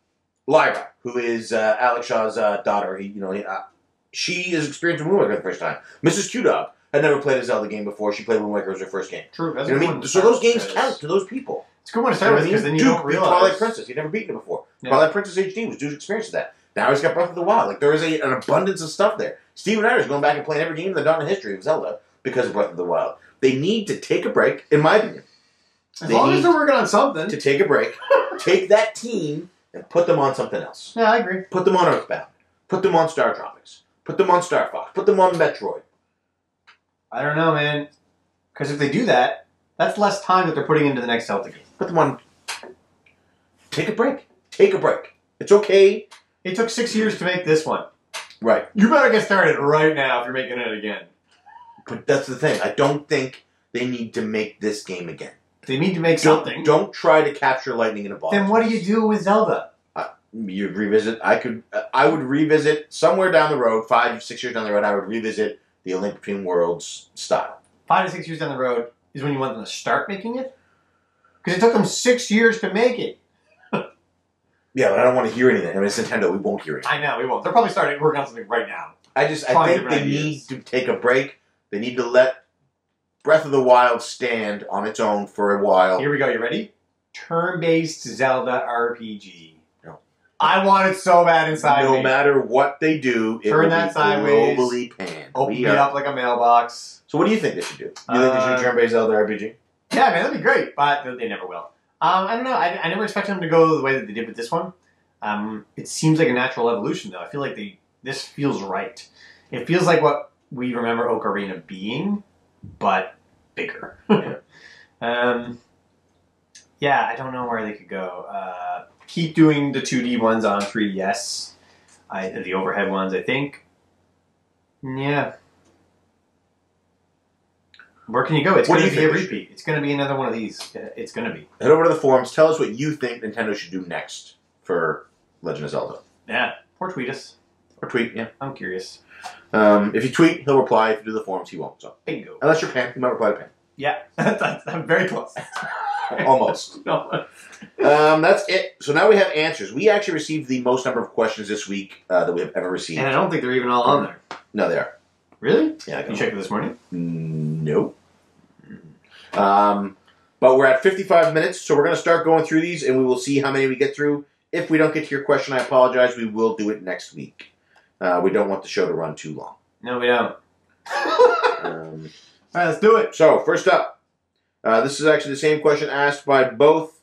Speaker 2: Lyra, who is uh, Alex Shaw's uh, daughter. He, you know, he, uh, she is experiencing Wind Waker for the first time. Mrs. Q Dog had never played a Zelda game before. She played Wind Waker as her first game.
Speaker 3: true. That's
Speaker 2: You know what
Speaker 3: a good
Speaker 2: I
Speaker 3: one
Speaker 2: mean?
Speaker 3: to
Speaker 2: So
Speaker 3: start
Speaker 2: those
Speaker 3: with,
Speaker 2: games
Speaker 3: because
Speaker 2: count to those people.
Speaker 3: It's a good one to
Speaker 2: You know
Speaker 3: start
Speaker 2: what I
Speaker 3: with because
Speaker 2: mean?
Speaker 3: then you
Speaker 2: Duke
Speaker 3: don't
Speaker 2: beat
Speaker 3: realize.
Speaker 2: Twilight Princess. He'd never beaten it before.
Speaker 3: Yeah.
Speaker 2: Twilight Princess HD was Duke's experience of that. Now he's got Breath of the Wild. Like there is a, an abundance of stuff there. Steve and I is going back and playing every game in the dawn of history of Zelda because of Breath of the Wild. They need to take a break, in my opinion,
Speaker 3: As
Speaker 2: They
Speaker 3: long
Speaker 2: need
Speaker 3: as they're working on something.
Speaker 2: to take a break, take that team and put them on something else.
Speaker 3: yeah, I agree.
Speaker 2: Put them on Earthbound. Put them on Star Tropics. Put them on Star Fox. Put them on Metroid.
Speaker 3: I don't know, man. Because if they do that, that's less time that they're putting into the next Celtic game.
Speaker 2: Put them on. Take a break. Take a break. It's okay.
Speaker 3: It took six years to make this one.
Speaker 2: Right.
Speaker 3: You better get started right now if you're making it again.
Speaker 2: But that's the thing. I don't think they need to make this game again.
Speaker 3: They need to make something.
Speaker 2: Don't, don't try to capture lightning in a bottle.
Speaker 3: Then what do you do with Zelda?
Speaker 2: You revisit. I could. I would revisit somewhere down the road, five, six years down the road. I would revisit the A Link Between Worlds style.
Speaker 3: Five to six years down the road is when you want them to start making it? Because it took them six years to make it.
Speaker 2: Yeah, but I don't want to hear anything. I mean, it's Nintendo. We won't hear it.
Speaker 3: I know, we won't. They're probably starting working on something right now.
Speaker 2: I just. I
Speaker 3: Trying
Speaker 2: think they
Speaker 3: different ideas.
Speaker 2: need to take a break. They need to let Breath of the Wild stand on its own for a while.
Speaker 3: Here we go. You ready? Turn-based Zelda RPG.
Speaker 2: No.
Speaker 3: I want it so bad inside
Speaker 2: no
Speaker 3: me.
Speaker 2: matter what they do, it
Speaker 3: Turn
Speaker 2: will
Speaker 3: that
Speaker 2: be
Speaker 3: sideways.
Speaker 2: globally panned.
Speaker 3: Open
Speaker 2: We
Speaker 3: me
Speaker 2: are-
Speaker 3: Oh, up like a mailbox.
Speaker 2: So, what do you think they should do? You think they should
Speaker 3: Uh,
Speaker 2: do turn-based Zelda RPG?
Speaker 3: Yeah, man, that'd be great, but they- they never will. Um, I don't know. I, I never expected them to go the way that they did with this one. Um, it seems like a natural evolution, though. I feel like they this feels right. It feels like what we remember Ocarina being, but bigger.
Speaker 2: Yeah.
Speaker 3: um, yeah, I don't know where they could go. Uh, keep doing the 2D ones on 3DS, I, the overhead ones, I think. Yeah. Where can you go? It's
Speaker 2: What
Speaker 3: going
Speaker 2: do
Speaker 3: to
Speaker 2: you think
Speaker 3: be a
Speaker 2: we should-
Speaker 3: repeat. It's going to be another one of these. It's going to be.
Speaker 2: head over to the forums. Tell us what you think Nintendo should do next for Legend of Zelda.
Speaker 3: Yeah. Or tweet us.
Speaker 2: Or tweet, yeah.
Speaker 3: I'm curious.
Speaker 2: Um, if you tweet, he'll reply. If you do the forums, he won't. So
Speaker 3: Bingo.
Speaker 2: unless you're Pan, he might reply to
Speaker 3: Yeah. That's, I'm very close.
Speaker 2: Pan. Almost.
Speaker 3: no.
Speaker 2: um, that's it. So now we have answers. We actually received the most number of questions this week uh, that we have ever received.
Speaker 3: And I don't think they're even all on there.
Speaker 2: No, they are.
Speaker 3: Really?
Speaker 2: Yeah, I
Speaker 3: You
Speaker 2: can
Speaker 3: checked it this morning?
Speaker 2: Nope. Um, but we're at 55 minutes, so we're going to start going through these, and we will see how many we get through. If we don't get to your question, I apologize. We will do it next week. Uh, we don't want the show to run too long.
Speaker 3: No, we don't.
Speaker 2: Um,
Speaker 3: All right, let's do it.
Speaker 2: so, first up, uh, this is actually the same question asked by both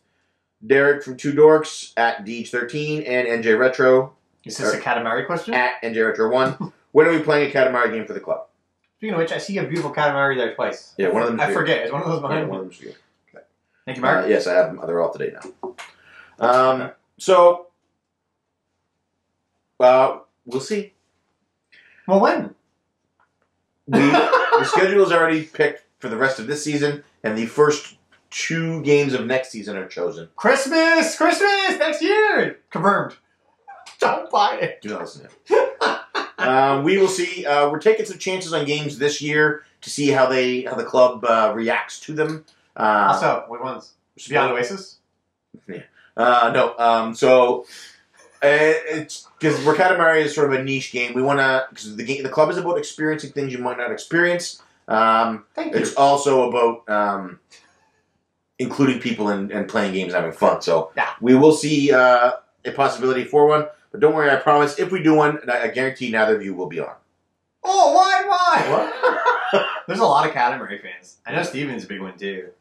Speaker 2: Derek from Two Dorks at DH13 and NJ Retro
Speaker 3: Is this a Katamari question?
Speaker 2: at NJ Retro 1. when are we playing a Katamari game for the club?
Speaker 3: Speaking of which, I see a beautiful Katamari there twice.
Speaker 2: Yeah, one of them.
Speaker 3: I forget. It's one of those behind me.
Speaker 2: one of them's here.
Speaker 3: Thank you,
Speaker 2: Uh,
Speaker 3: Mark.
Speaker 2: yes, I have them. They're all today now. Um, so, uh, we'll see.
Speaker 3: well, when?
Speaker 2: We, the schedule is already picked for the rest of this season, and the first two games of next season are chosen.
Speaker 3: Christmas! Christmas! Next year! Confirmed. Don't buy it.
Speaker 2: Do not listen to him. um, we will see. Uh, we're taking some chances on games this year. to see how they how the club uh, reacts to them. Uh,
Speaker 3: also, what ones? Beyond Oasis?
Speaker 2: uh, no, um, so uh, it's because Mercatamari is sort of a niche game. We want to because the game the club is about experiencing things you might not experience. Um,
Speaker 3: Thank you.
Speaker 2: it's also about um, including people and, and playing games, and having fun. So
Speaker 3: Yeah.
Speaker 2: we will see uh, a possibility for one. But don't worry, I promise. If we do one, and I I guarantee neither of you will be on.
Speaker 3: Oh, why, why? There's a lot of Katamari fans. I know Steven's a big one too.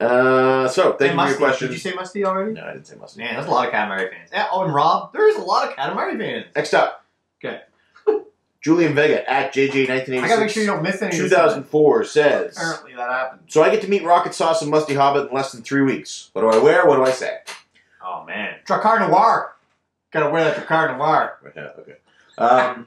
Speaker 2: Uh, so thank you
Speaker 3: Hey,
Speaker 2: for
Speaker 3: Musty,
Speaker 2: your question.
Speaker 3: Did you say Musty already?
Speaker 2: No, I didn't say Mustang.
Speaker 3: Man, there's a lot of Katamari fans. Yeah, oh, and Rob, there is a lot of Katamari fans.
Speaker 2: Next up.
Speaker 3: Okay.
Speaker 2: Julian Vega at
Speaker 3: I gotta make sure you
Speaker 2: JJ1986
Speaker 3: don't miss any. this time.
Speaker 2: 2004 says,
Speaker 3: Apparently that happened.
Speaker 2: So I get to meet Rocket Sauce and Musty Hobbit in less than three weeks. What do I wear? What do I say?
Speaker 3: Oh man, Dracar Noir. Gotta wear that Dracar Noir.
Speaker 2: okay. Um,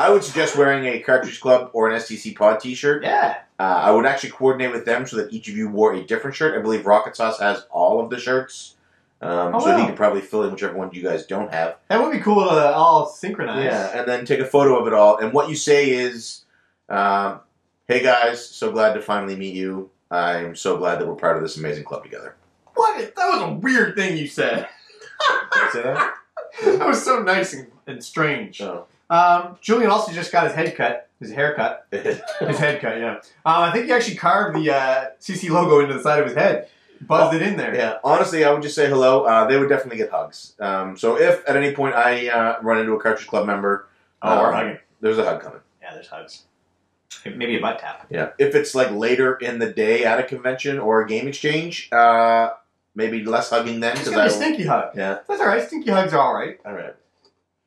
Speaker 2: I would suggest wearing a Cartridge Club or an STC Pod t shirt.
Speaker 3: Yeah.
Speaker 2: Uh, I would actually coordinate with them so that each of you wore a different shirt. I believe Rocket Sauce has all of the shirts. Um,
Speaker 3: Oh,
Speaker 2: so he
Speaker 3: wow.
Speaker 2: could probably fill in whichever one you guys don't have.
Speaker 3: That would be cool to all synchronize.
Speaker 2: Yeah, and then take a photo of it all. And what you say is, um, "Hey guys, so glad to finally meet you. I'm so glad that we're part of this amazing club together."
Speaker 3: What? That was a weird thing you said.
Speaker 2: Did I say that?
Speaker 3: that was so nice and, and strange.
Speaker 2: No.
Speaker 3: Um, Julian also just got his head cut, his haircut, his head cut. Yeah. Um, I think he actually carved the uh, CC logo into the side of his head, buzzed it in there.
Speaker 2: yeah, honestly, I would just say hello. Uh, they would definitely get hugs. Um, so if at any point I uh, run into a Cartridge Club member,
Speaker 3: Oh, we're
Speaker 2: um,
Speaker 3: hugging.
Speaker 2: There's a hug coming.
Speaker 3: Yeah, there's hugs. Maybe a butt tap.
Speaker 2: Yeah. If it's like later in the day at a convention or a game exchange, uh, maybe less hugging then.
Speaker 3: It's
Speaker 2: 'cause
Speaker 3: gonna be a
Speaker 2: I-
Speaker 3: stinky hug.
Speaker 2: yeah.
Speaker 3: That's all right. Stinky hugs are all right.
Speaker 2: All right.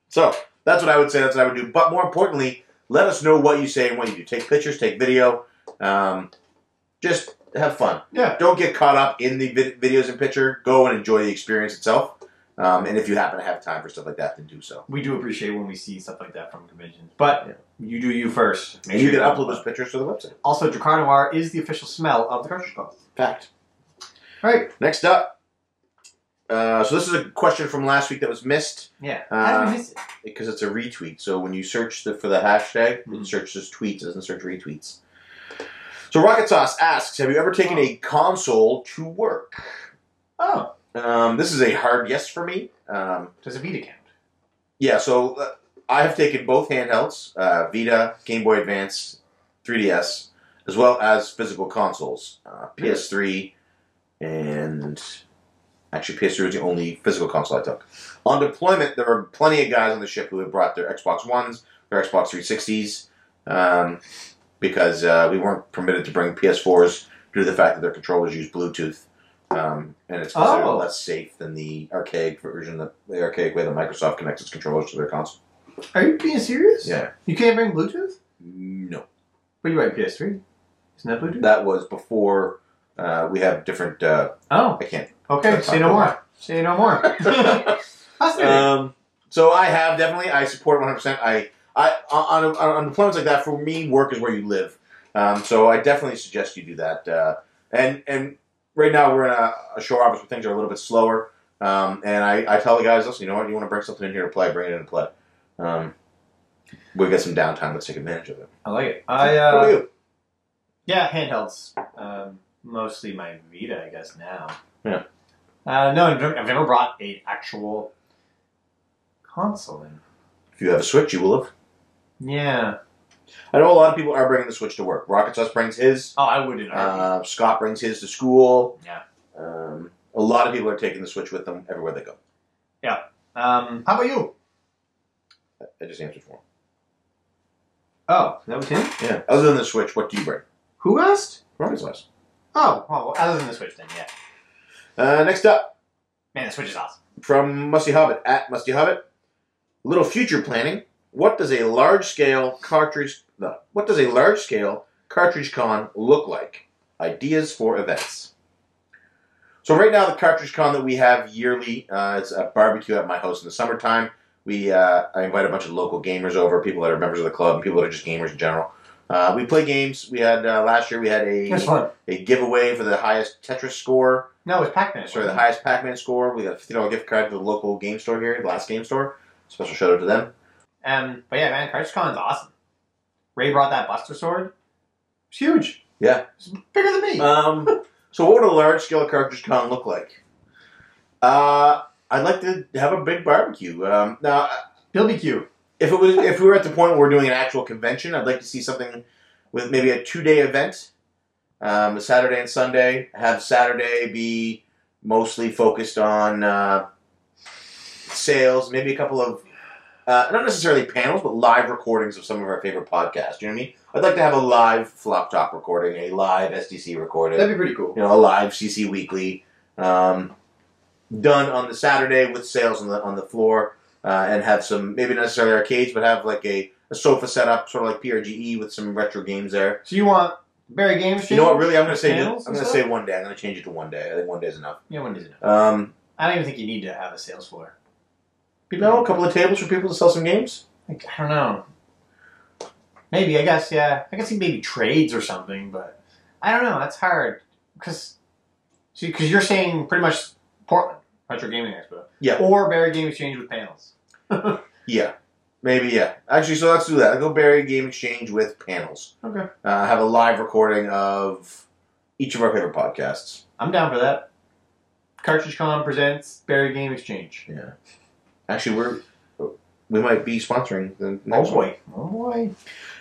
Speaker 2: So that's what I would say. That's what I would do. But more importantly, let us know what you say and what you do. Take pictures, take video. Um, just have fun.
Speaker 3: Yeah.
Speaker 2: Don't get caught up in the vid- videos and picture. Go and enjoy the experience itself. Um, and if you happen to have time for stuff like that, then do so.
Speaker 3: We do appreciate when we see stuff like that from conventions, but
Speaker 2: Yeah.
Speaker 3: you do you first.
Speaker 2: And you can upload
Speaker 3: those.
Speaker 2: those pictures to the website.
Speaker 3: Also, Dracar Noir is the official smell of the cartridge club.
Speaker 2: Fact.
Speaker 3: All right.
Speaker 2: Next up. Uh, so this is a question from last week that was missed
Speaker 3: Yeah.
Speaker 2: Uh,
Speaker 3: How did we miss it?
Speaker 2: because it's a retweet. So when you search the, for the hashtag,
Speaker 3: Mhm.
Speaker 2: it searches tweets, it doesn't search retweets. So Rocket Sauce asks, have you ever taken a console to work?
Speaker 3: Oh,
Speaker 2: Um, this is a hard yes for me. Um,
Speaker 3: does a Vita count?
Speaker 2: yeah, so uh, I have taken both handhelds, uh, Vita, Game Boy Advance, 3DS, as well as physical consoles, uh, PS3, and actually PS3 was the only physical console I took. On deployment, there were plenty of guys on the ship who had brought their Xbox Ones, their Xbox 360s, um, because uh, we weren't permitted to bring PS4s due to the fact that their controllers use Bluetooth. Um, and it's considered
Speaker 3: Oh.
Speaker 2: less safe than the archaic version, the, the archaic way that Microsoft connects its controllers to their console.
Speaker 3: Are you being serious?
Speaker 2: Yeah.
Speaker 3: You can't bring Bluetooth?
Speaker 2: No,
Speaker 3: But you right, PS3. Isn't that Bluetooth?
Speaker 2: that was before uh, we have different. Uh,
Speaker 3: Oh,
Speaker 2: I can't.
Speaker 3: okay.
Speaker 2: That's
Speaker 3: Say
Speaker 2: not
Speaker 3: no
Speaker 2: cool.
Speaker 3: more. Say no more. Fascinating.
Speaker 2: Um, so I have definitely. I support 100. percent I I on, on on deployments like that for me, work is where you live. Um, so I definitely suggest you do that. Uh, and and right now we're in a, a shore office where things are a little bit slower. Um, and I, I tell the guys, listen, you know what? You want to bring something in here to play, bring it in and play. Um, we get some downtime. Let's take advantage of it.
Speaker 3: I like it. I
Speaker 2: What about
Speaker 3: uh,
Speaker 2: you?
Speaker 3: yeah, handhelds. Um, mostly my Vita, I guess now.
Speaker 2: Yeah.
Speaker 3: Uh, no, I've never- I've never brought a actual console in.
Speaker 2: If you have a switch, you will have.
Speaker 3: Yeah.
Speaker 2: I know a lot of people are bringing the switch to work. Rocket Sauce brings his.
Speaker 3: Oh, I wouldn't.
Speaker 2: Uh, Scott brings his to school.
Speaker 3: Yeah.
Speaker 2: Um, a lot of people are taking the switch with them everywhere they go.
Speaker 3: Um, how about you?
Speaker 2: I just answered for him.
Speaker 3: Oh, that was him.
Speaker 2: Yeah. Other than the switch, what do you bring?
Speaker 3: Who asked?
Speaker 2: Rocket Sauce.
Speaker 3: Oh, well, well, other than the Switch, then yeah.
Speaker 2: Uh, next up
Speaker 3: Man, the Switch is awesome.
Speaker 2: from Musty Hobbit at Musty Hobbit. Little future planning. What does a large scale cartridge? No. What does a large scale cartridge con look like? Ideas for events. So right now, the cartridge con that we have yearly, uh, it's a barbecue at my house in the summertime. We uh, I invite a bunch of local gamers over, people that are members of the club, and people that are just gamers in general. Uh, we play games. We had uh, last year we had a
Speaker 3: That's fun.
Speaker 2: a giveaway for the highest Tetris score,
Speaker 3: No, it was Pac-Man.
Speaker 2: sorry, the highest Pac-Man score. We got a fifty dollar gift card to the local game store here, the last game store. Special shout out to them.
Speaker 3: Um, but yeah, man, Cartridge Con's awesome. Ray brought that Buster sword. It's huge.
Speaker 2: Yeah.
Speaker 3: It's bigger than me.
Speaker 2: Um, so what would a large scale cartridge con look like? Uh, I'd like to have a big barbecue. Um, now,
Speaker 3: BBQ.
Speaker 2: if it was, if we were at the point where we're doing an actual convention, I'd like to see something with maybe a two day event, um, a Saturday and Sunday. Have Saturday be mostly focused on uh, sales, maybe a couple of. Uh, not necessarily panels, but live recordings of some of our favorite podcasts. You know what I mean? I'd like to have a live flop top recording, a live SDC recording
Speaker 3: That'd be pretty cool.
Speaker 2: you know, a live CC Weekly, um, done on the Saturday with sales on the on the floor, uh, and have some maybe not necessarily arcades, but have like a, a sofa set up, sort of like PRGE E with some retro games there.
Speaker 3: So you want Barry Games?
Speaker 2: You know what? Really, I'm gonna say I'm
Speaker 3: Panels and
Speaker 2: gonna
Speaker 3: stuff?
Speaker 2: say one day. I'm gonna change it to one day. I think one day is enough.
Speaker 3: Yeah, when is it?
Speaker 2: Um,
Speaker 3: I don't even think you need to have a sales floor.
Speaker 2: you know, a couple of tables for people to sell some games.
Speaker 3: Like, I don't know. Maybe I guess yeah. I can see maybe trades or something, but I don't know. That's hard because because you're saying pretty much Portland Retro Gaming Expo.
Speaker 2: Yeah.
Speaker 3: Or Barry Game Exchange with panels.
Speaker 2: Yeah, maybe yeah. Actually, so let's do that. I'll go Barry Game Exchange with panels.
Speaker 3: Okay.
Speaker 2: Uh, have a live recording of each of our favorite podcasts.
Speaker 3: I'm down for that. Cartridge Con presents Barry Game Exchange.
Speaker 2: Actually, we're we might be sponsoring the
Speaker 3: Oh
Speaker 2: next one.
Speaker 3: boy. Oh boy.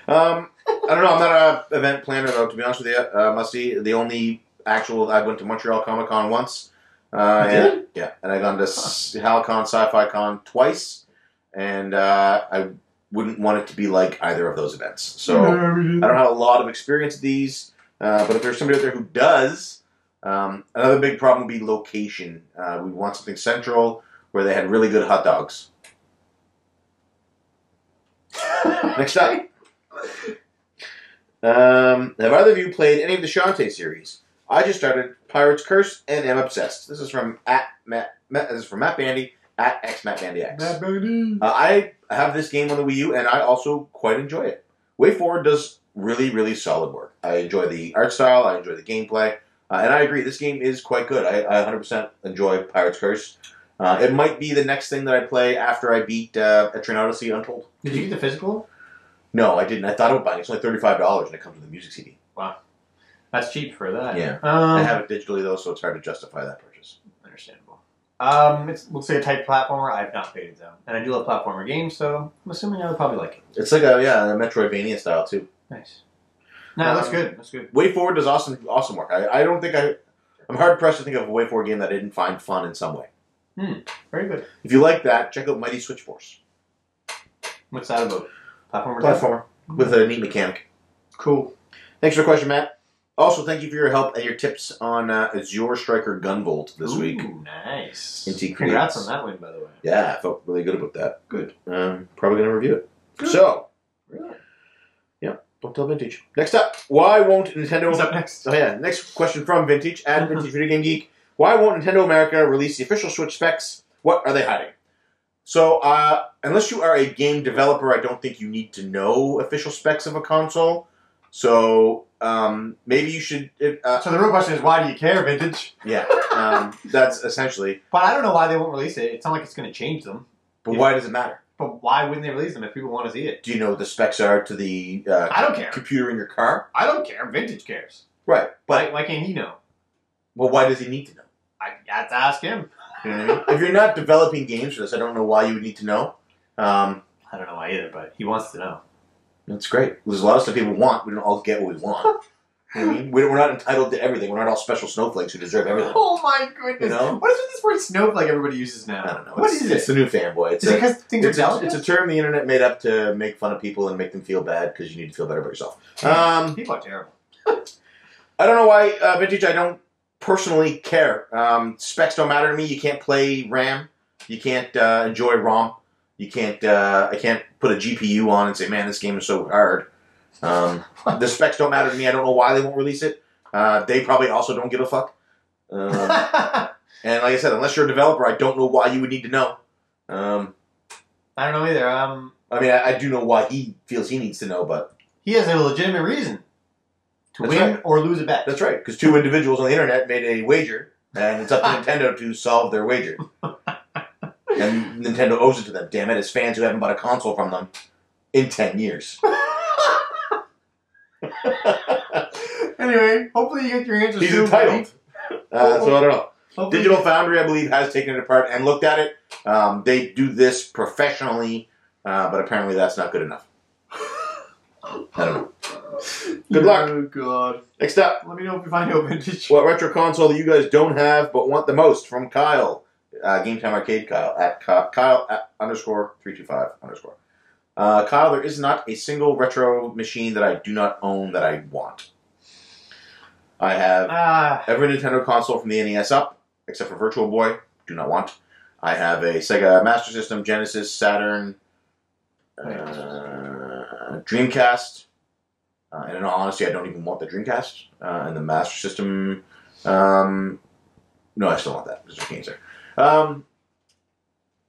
Speaker 2: Um, I don't know. I'm not a event planner though. To be honest with you, uh, Musty, the only actual I went to Montreal Comic Con once. Uh,
Speaker 3: You
Speaker 2: and, yeah, and I gone to S- HalCon Sci-Fi Con twice, and uh, I wouldn't want it to be like either of those events. So
Speaker 3: Mm-hmm.
Speaker 2: I don't have a lot of experience at these, uh, but if there's somebody out there who does, um, another big problem would be location. Uh, we want something central where they had really good hot dogs. Next up. Um, have either of you played any of the Shantae series? I just started Pirate's Curse and am obsessed. This is from at Matt, Matt this is from Matt Bandy at X Matt Bandy X.
Speaker 3: Bad Bunny.
Speaker 2: Uh, I have this game on the Wii U, and I also quite enjoy it. Way Forward does really, really solid work. I enjoy the art style, I enjoy the gameplay, uh, and I agree, this game is quite good. I, I 100% enjoy Pirate's Curse. Uh, it might be the next thing that I play after I beat uh, Etrian Odyssey Untold.
Speaker 3: Did you get the physical?
Speaker 2: No, I didn't. I thought about buying it. It's only $35, and it comes with a music CD.
Speaker 3: That's cheap for that.
Speaker 2: Yeah.
Speaker 3: Um,
Speaker 2: I have it digitally, though, so it's hard to justify that purchase.
Speaker 3: Understandable. Um, it looks like a tight platformer. I've not played it though, and I do love platformer games, so I'm assuming I would probably like it.
Speaker 2: It's like a, yeah, a Metroidvania style, too.
Speaker 3: Nice. No, that's
Speaker 2: Um,
Speaker 3: good. That's good.
Speaker 2: Way Forward does awesome, awesome work. I, I don't think I... I'm hard-pressed to think of a Way Forward game that I didn't find fun in some way.
Speaker 3: Very good.
Speaker 2: If you like that, check out Mighty Switch Force.
Speaker 3: What's that about? Platformer.
Speaker 2: Platformer with a neat mechanic.
Speaker 3: Cool.
Speaker 2: Thanks for the question, Matt. Also, thank you for your help and your tips on uh, Azure Striker Gunvolt this
Speaker 3: Ooh,
Speaker 2: week.
Speaker 3: Nice.
Speaker 2: Antique
Speaker 3: Congrats
Speaker 2: creates.
Speaker 3: on that win, by the way.
Speaker 2: Yeah, I felt really good about that.
Speaker 3: Good.
Speaker 2: Um, probably going to review it.
Speaker 3: Good.
Speaker 2: So,
Speaker 3: Really?
Speaker 2: don't tell Vintage. Next up, why won't Nintendo...
Speaker 3: What's up next?
Speaker 2: Oh yeah, next question from Vintage at Vintage Video Game Geek. Why won't Nintendo America release the official Switch specs? What are they hiding? So, uh, unless you are a game developer, I don't think you need to know official specs of a console. So, um, maybe you should. It, uh,
Speaker 3: So the real question is, why do you care, Vintage?
Speaker 2: yeah, um, that's essentially.
Speaker 3: But I don't know why they won't release it. It's not like it's going to change them.
Speaker 2: But why does it matter?
Speaker 3: But why wouldn't they release them if people want to see it?
Speaker 2: Do you know what the specs are to the uh,
Speaker 3: I don't care.
Speaker 2: computer in your car?
Speaker 3: I don't care. Vintage cares.
Speaker 2: Right, but
Speaker 3: Why, why can't he know?
Speaker 2: well, why does he need to know?
Speaker 3: I have to ask him.
Speaker 2: You know what I mean? if you're not developing games for this, I don't know why you would need to know. Um,
Speaker 3: I don't know why either, but he wants to know.
Speaker 2: That's great. There's a lot of stuff people want. We don't all get what we want. You know what I mean, we're we're not entitled to everything. We're not all special snowflakes who deserve everything.
Speaker 3: Oh my goodness!
Speaker 2: You know?
Speaker 3: What is with this word snowflake everybody uses now?
Speaker 2: I don't know.
Speaker 3: What
Speaker 2: it's,
Speaker 3: is
Speaker 2: it's
Speaker 3: it?
Speaker 2: the new fanboy. It's
Speaker 3: Is it
Speaker 2: a,
Speaker 3: because things
Speaker 2: it's,
Speaker 3: are
Speaker 2: a,
Speaker 3: down?
Speaker 2: it's a term the internet made up to make fun of people and make them feel bad because you need to feel better about yourself. Um,
Speaker 3: People are terrible.
Speaker 2: I don't know why uh, vintage. I don't personally care. Um, specs don't matter to me. You can't play RAM. You can't uh, enjoy ROM. You can't. Uh, I can't put a GPU on and say, "Man, this game is so hard." Um, the specs don't matter to me. I don't know why they won't release it. Uh, they probably also don't give a fuck. Um,
Speaker 3: I
Speaker 2: and like I said, unless you're a developer, I don't know why you would need to know. Um,
Speaker 3: don't know either. Um,
Speaker 2: I mean, I, I do know why he feels he needs to know, but
Speaker 3: he has a legitimate reason to
Speaker 2: That's
Speaker 3: win
Speaker 2: right.
Speaker 3: or lose a bet.
Speaker 2: that's right because two individuals on the internet made a wager, and it's up to Nintendo to solve their wager. and Nintendo owes it to them. Damn it, it's fans who haven't bought a console from them in ten years.
Speaker 3: Anyway, hopefully you get your answers.
Speaker 2: He's
Speaker 3: soon,
Speaker 2: entitled. Uh, so I don't know.
Speaker 3: buddy.
Speaker 2: Digital Foundry, I believe, has taken it apart and looked at it. Um, they do this professionally, uh, but apparently that's not good enough. I don't know.
Speaker 3: Hopefully-
Speaker 2: Good luck.
Speaker 3: Oh god.
Speaker 2: Next up,
Speaker 3: Let me know if you find out vintage.
Speaker 2: what retro console that you guys don't have but want the most from Kyle, uh, Game Time Arcade Kyle at Ky- Kyle at underscore three two five underscore. Uh, Kyle, there is not a single retro machine that I do not own that I want. I have
Speaker 3: Ah,
Speaker 2: Every Nintendo console from the NES up, except for Virtual Boy, do not want. I have a Sega Master System, Genesis, Saturn, uh, Dreamcast. Uh, and in all honesty, I don't even want the Dreamcast uh, and the Master System. Um, no, I still want that. There's games there. Um,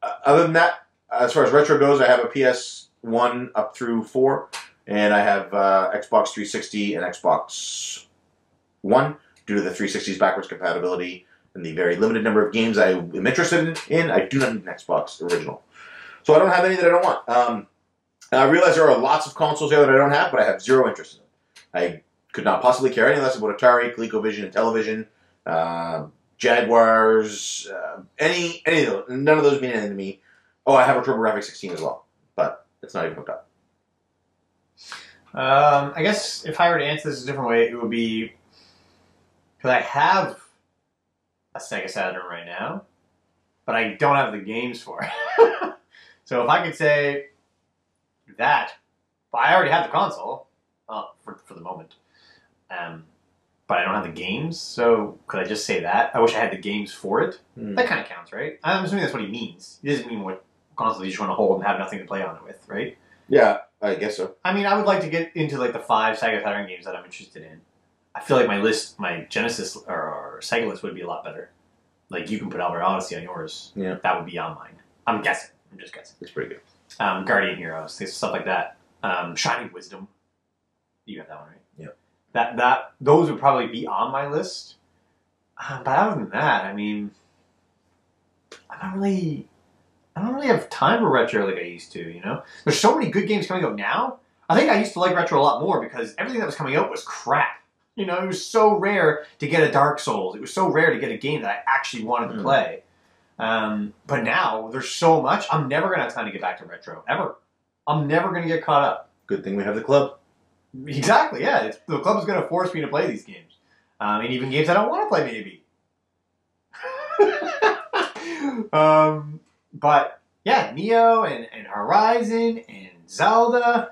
Speaker 2: uh, other than that, as far as retro goes, I have a PS1 up through four, and I have uh, Xbox 360 and Xbox One due to the 360's backwards compatibility and the very limited number of games I am interested in, I do not need an Xbox original. So I don't have any that I don't want. Um, and I realize there are lots of consoles here that I don't have, but I have zero interest in them. I could not possibly care any less about Atari, ColecoVision, and television, uh, Jaguars, uh, any any of those. None of those mean anything to me. Oh, I have a TurboGrafx 16 as well, but it's not even hooked up.
Speaker 3: um, I guess if I were to answer this a different way, it would be because I have a Sega Saturn right now, but I don't have the games for it. so if I could say that, but I already have the console uh, for for the moment, um, but I don't have the games. So could I just say that? I wish I had the games for it. That kind of counts, right? I'm assuming that's what he means. He doesn't mean what console you just want to hold and have nothing to play on it with, right?
Speaker 2: Yeah, I guess so.
Speaker 3: I mean, I would like to get into like the five Sega Saturn games that I'm interested in. I feel like my list, my Genesis or, or Sega list would be a lot better. Like you can put Albert Odyssey on yours.
Speaker 2: Yeah.
Speaker 3: That would be on mine. I'm guessing. I'm just guessing.
Speaker 2: It's pretty good.
Speaker 3: Um, Guardian Heroes, things- stuff like that. Um, Shining Wisdom. You got that one right.
Speaker 2: Yeah.
Speaker 3: That that those would probably be on my list. Um, but other than that, I mean, I don't really, I don't really have time for retro like I used to. You know, there's so many good games coming out now. I think I used to like retro a lot more because everything that was coming out was crap. You know, it was so rare to get a Dark Souls. It was so rare to get a game that I actually wanted to
Speaker 2: Mm.
Speaker 3: play. Um, but now there's so much. I'm never gonna have time to get back to retro ever. I'm never gonna get caught up.
Speaker 2: Good thing we have the club.
Speaker 3: Exactly. Yeah, it's, the club is gonna force me to play these games, um, and even games I don't want to play, maybe. um, but yeah, Neo and, and Horizon and Zelda,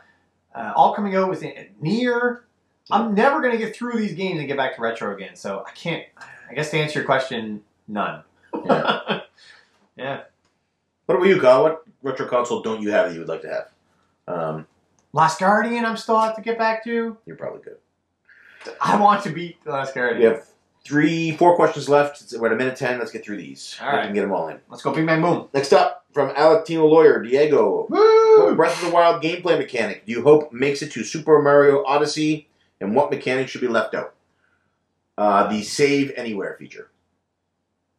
Speaker 3: uh, all coming out with near. I'm never gonna get through these games and get back to retro again. So I can't. I guess to answer your question, none.
Speaker 2: Yeah.
Speaker 3: yeah.
Speaker 2: What about you, Kyle? What retro console don't you have that you would like to have? Um,
Speaker 3: Last Guardian, I'm still have to get back to.
Speaker 2: you're probably good.
Speaker 3: I want to beat The Last Guardian.
Speaker 2: We have three, four questions left. It's- We're at a minute ten. Let's get through these.
Speaker 3: All right.
Speaker 2: We can get them all in.
Speaker 3: Let's go beat my moon.
Speaker 2: Next up, from Alatino lawyer Diego. What
Speaker 3: Woo!
Speaker 2: Breath of the Wild gameplay mechanic do you hope makes it to Super Mario Odyssey, and what mechanic should be left out? Uh, the save anywhere feature.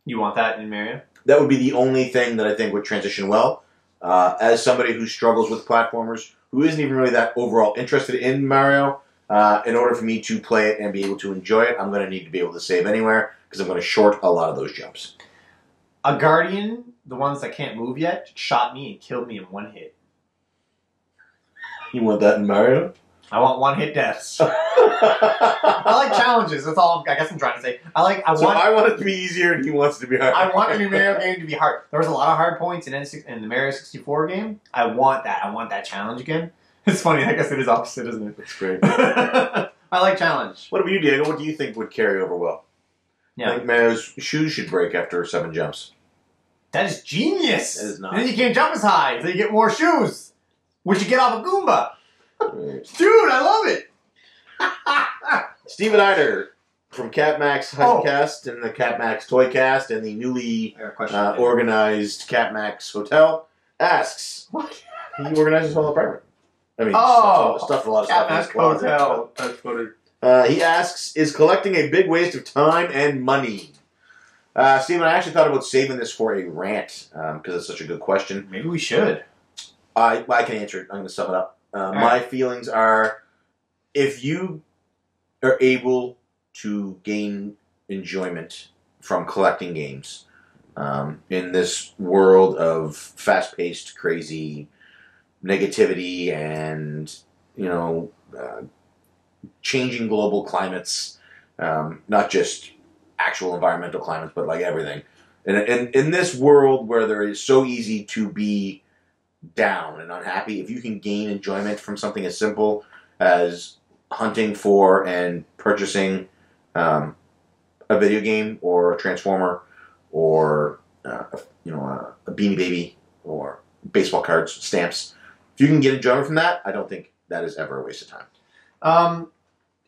Speaker 3: You want that in Mario?
Speaker 2: That would be the only thing that I think would transition well. Uh, as somebody who struggles with platformers, who isn't even really that overall interested in Mario, uh, in order for me to play it and be able to enjoy it, I'm going to need to be able to save anywhere because I'm going to short a lot of those jumps.
Speaker 3: A Guardian, the ones that can't move yet, shot me and killed me in one hit.
Speaker 2: You want that in Mario?
Speaker 3: I want one hit deaths. I like challenges. That's all. I'm, I guess I'm trying to say. I like. I
Speaker 2: so
Speaker 3: want.
Speaker 2: I want it to be easier, and he wants it to be hard.
Speaker 3: I want a new Mario game to be hard. There was a lot of hard points in, N6, in the Mario 64 game. I want that. I want that challenge again. It's funny. I guess it is opposite, isn't it?
Speaker 2: That's great.
Speaker 3: I like challenge.
Speaker 2: What about you, Diego? What do you think would carry over well? I
Speaker 3: Yeah.
Speaker 2: think Mario's shoes should break after seven jumps.
Speaker 3: That is genius.
Speaker 2: That is not.
Speaker 3: And then you can't jump as high, so you get more shoes, which you get off a Goomba. Dude, I love it.
Speaker 2: Steven Eider from Cat Max
Speaker 3: Oh.
Speaker 2: Hudcast and the Cat Max Toycast and the newly uh,
Speaker 3: or
Speaker 2: organized Cat Max Hotel asks.
Speaker 3: What?
Speaker 2: He organizes all the apartment. I mean,
Speaker 3: Oh.
Speaker 2: stuff, stuff a lot of
Speaker 3: Cat
Speaker 2: stuff. in his
Speaker 3: Mask
Speaker 2: closet.
Speaker 3: Hotel. That's funny.
Speaker 2: Uh, he asks, is collecting a big waste of time and money? Uh, Steven, I actually thought about saving this for a rant because it's such a good question.
Speaker 3: Maybe we should.
Speaker 2: I I can answer it. I'm going to sum it up. Uh, my feelings are, if you are able to gain enjoyment from collecting games um, in this world of fast-paced, crazy negativity and you know uh, changing global climates, um, not just actual environmental climates, but like everything. And in, in this world where there is so easy to be down and unhappy, if you can gain enjoyment from something as simple as hunting for and purchasing um, a video game or a transformer or uh, a- you know a, a beanie baby or baseball cards, stamps. If you can get enjoyment from that, I don't think that is ever a waste of time.
Speaker 3: Um,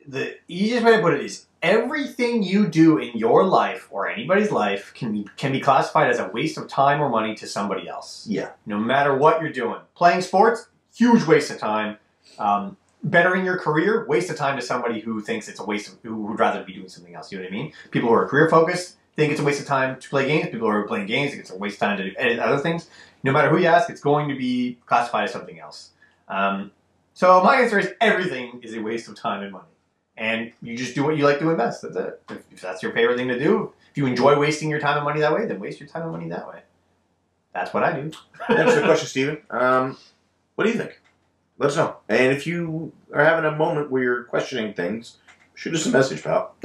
Speaker 3: the easiest way to put it is everything you do in your life or anybody's life can be, can be classified as a waste of time or money to somebody else.
Speaker 2: Yeah.
Speaker 3: No matter what you're doing, playing sports, huge waste of time. Um, bettering your career, waste of time to somebody who thinks it's a waste of who would rather be doing something else. You know what I mean? People who are career focused think it's a waste of time to play games. People who are playing games think it's a waste of time to do edit other things. No matter who you ask, it's going to be classified as something else. Um, so my answer is everything is a waste of time and money. And you just do what you like doing best. That's it. If, if that's your favorite thing to do, if you enjoy wasting your time and money that way, then waste your time and money that way. That's what I do.
Speaker 2: Thanks for the question, Steven. Um, what do you think? Let us know. And if you are having a moment where you're questioning things, shoot us a message, pal.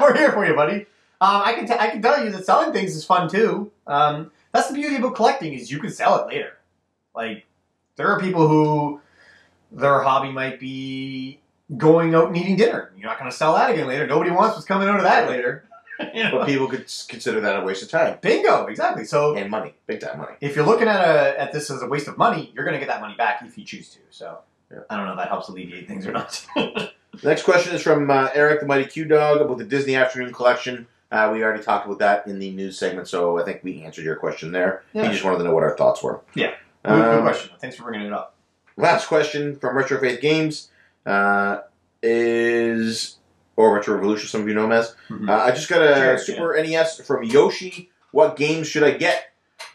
Speaker 3: We're here for you, buddy. Um, I can t- I can tell you that selling things is fun too. Um, that's the beauty about collecting is you can sell it later. Like there are people who their hobby might be going out and eating dinner. You're not going to sell that again later. Nobody wants what's coming out of that later. You know?
Speaker 2: But people could s- consider that a waste of time
Speaker 3: Bingo, exactly. So
Speaker 2: and money, big time money.
Speaker 3: if you're looking at a at this as a waste of money, you're going to get that money back if you choose to. So
Speaker 2: Yeah.
Speaker 3: I don't know if that helps alleviate things or not.
Speaker 2: The next question is from uh, Eric the Mighty Q Dog about the Disney Afternoon Collection. Uh, we already talked about that in the news segment, so I think we answered your question there.
Speaker 3: Yeah.
Speaker 2: He just wanted to know what our thoughts were.
Speaker 3: Yeah. Good-
Speaker 2: Um,
Speaker 3: good question. Thanks for bringing it up.
Speaker 2: Last question from Retro Faith Games uh, is, or Retro Revolution, some of you know him as.
Speaker 3: Mhm.
Speaker 2: Uh, I just got a
Speaker 3: Sure,
Speaker 2: Super NES from Yoshi. What games should I get?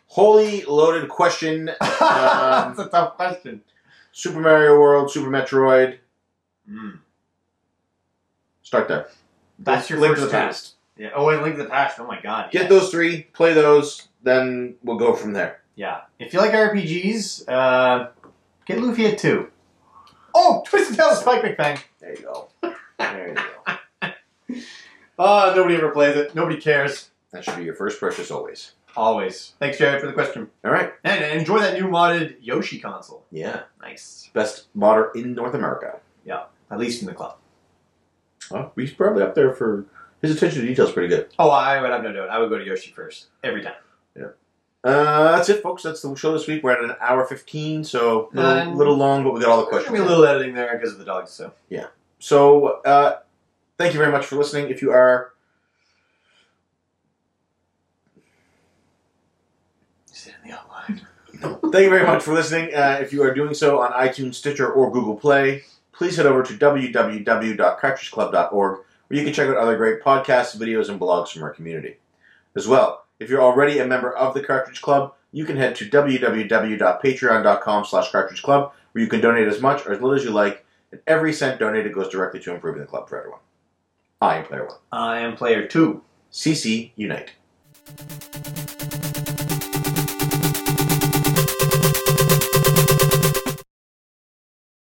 Speaker 2: Holy loaded question. um,
Speaker 3: That's a tough question.
Speaker 2: Super Mario World, Super Metroid.
Speaker 3: Mm.
Speaker 2: Start there.
Speaker 3: That's your
Speaker 2: Link
Speaker 3: first
Speaker 2: to the
Speaker 3: two.
Speaker 2: past.
Speaker 3: Yeah. Oh, and Link to the Past. Oh my God.
Speaker 2: Get
Speaker 3: yes.
Speaker 2: those three, play those, then we'll go from there.
Speaker 3: Yeah. If you like RPGs, uh, get Luffy at two. Oh, Twisted Tail Spike McFang.
Speaker 2: There you go. There you go.
Speaker 3: Oh, nobody ever plays it. Nobody cares.
Speaker 2: That should be your first purchase always.
Speaker 3: Always. Thanks, Jared, for the question.
Speaker 2: All right.
Speaker 3: And and enjoy that new modded Yoshi console.
Speaker 2: Yeah.
Speaker 3: Nice.
Speaker 2: Best modder in North America.
Speaker 3: At least in the club.
Speaker 2: Well, he's probably up there for his attention to detail is pretty good.
Speaker 3: Oh, I would have no doubt. I would go to Yoshi first every time.
Speaker 2: Uh, that's it, folks. That's the show this week. We're at an hour 15, so a little,
Speaker 3: Um,
Speaker 2: little long, but we got all the
Speaker 3: There's
Speaker 2: questions.
Speaker 3: gonna be a little editing there because of the dogs. So
Speaker 2: So, uh, thank you very much for listening. If you are,
Speaker 3: sit in the outline.
Speaker 2: thank you very much for listening. Uh, if you are doing so on iTunes, Stitcher, or Google Play, please head over to www.cartridgeclub.org where you can check out other great podcasts, videos, and blogs from our community. As well, if you're already a member of the Cartridge Club, you can head to www.patreon.com slash cartridge club where you can donate as much or as little as you like, and every cent donated goes directly to improving the club for everyone. I am Player One.
Speaker 3: I am player two.
Speaker 2: CC Unite.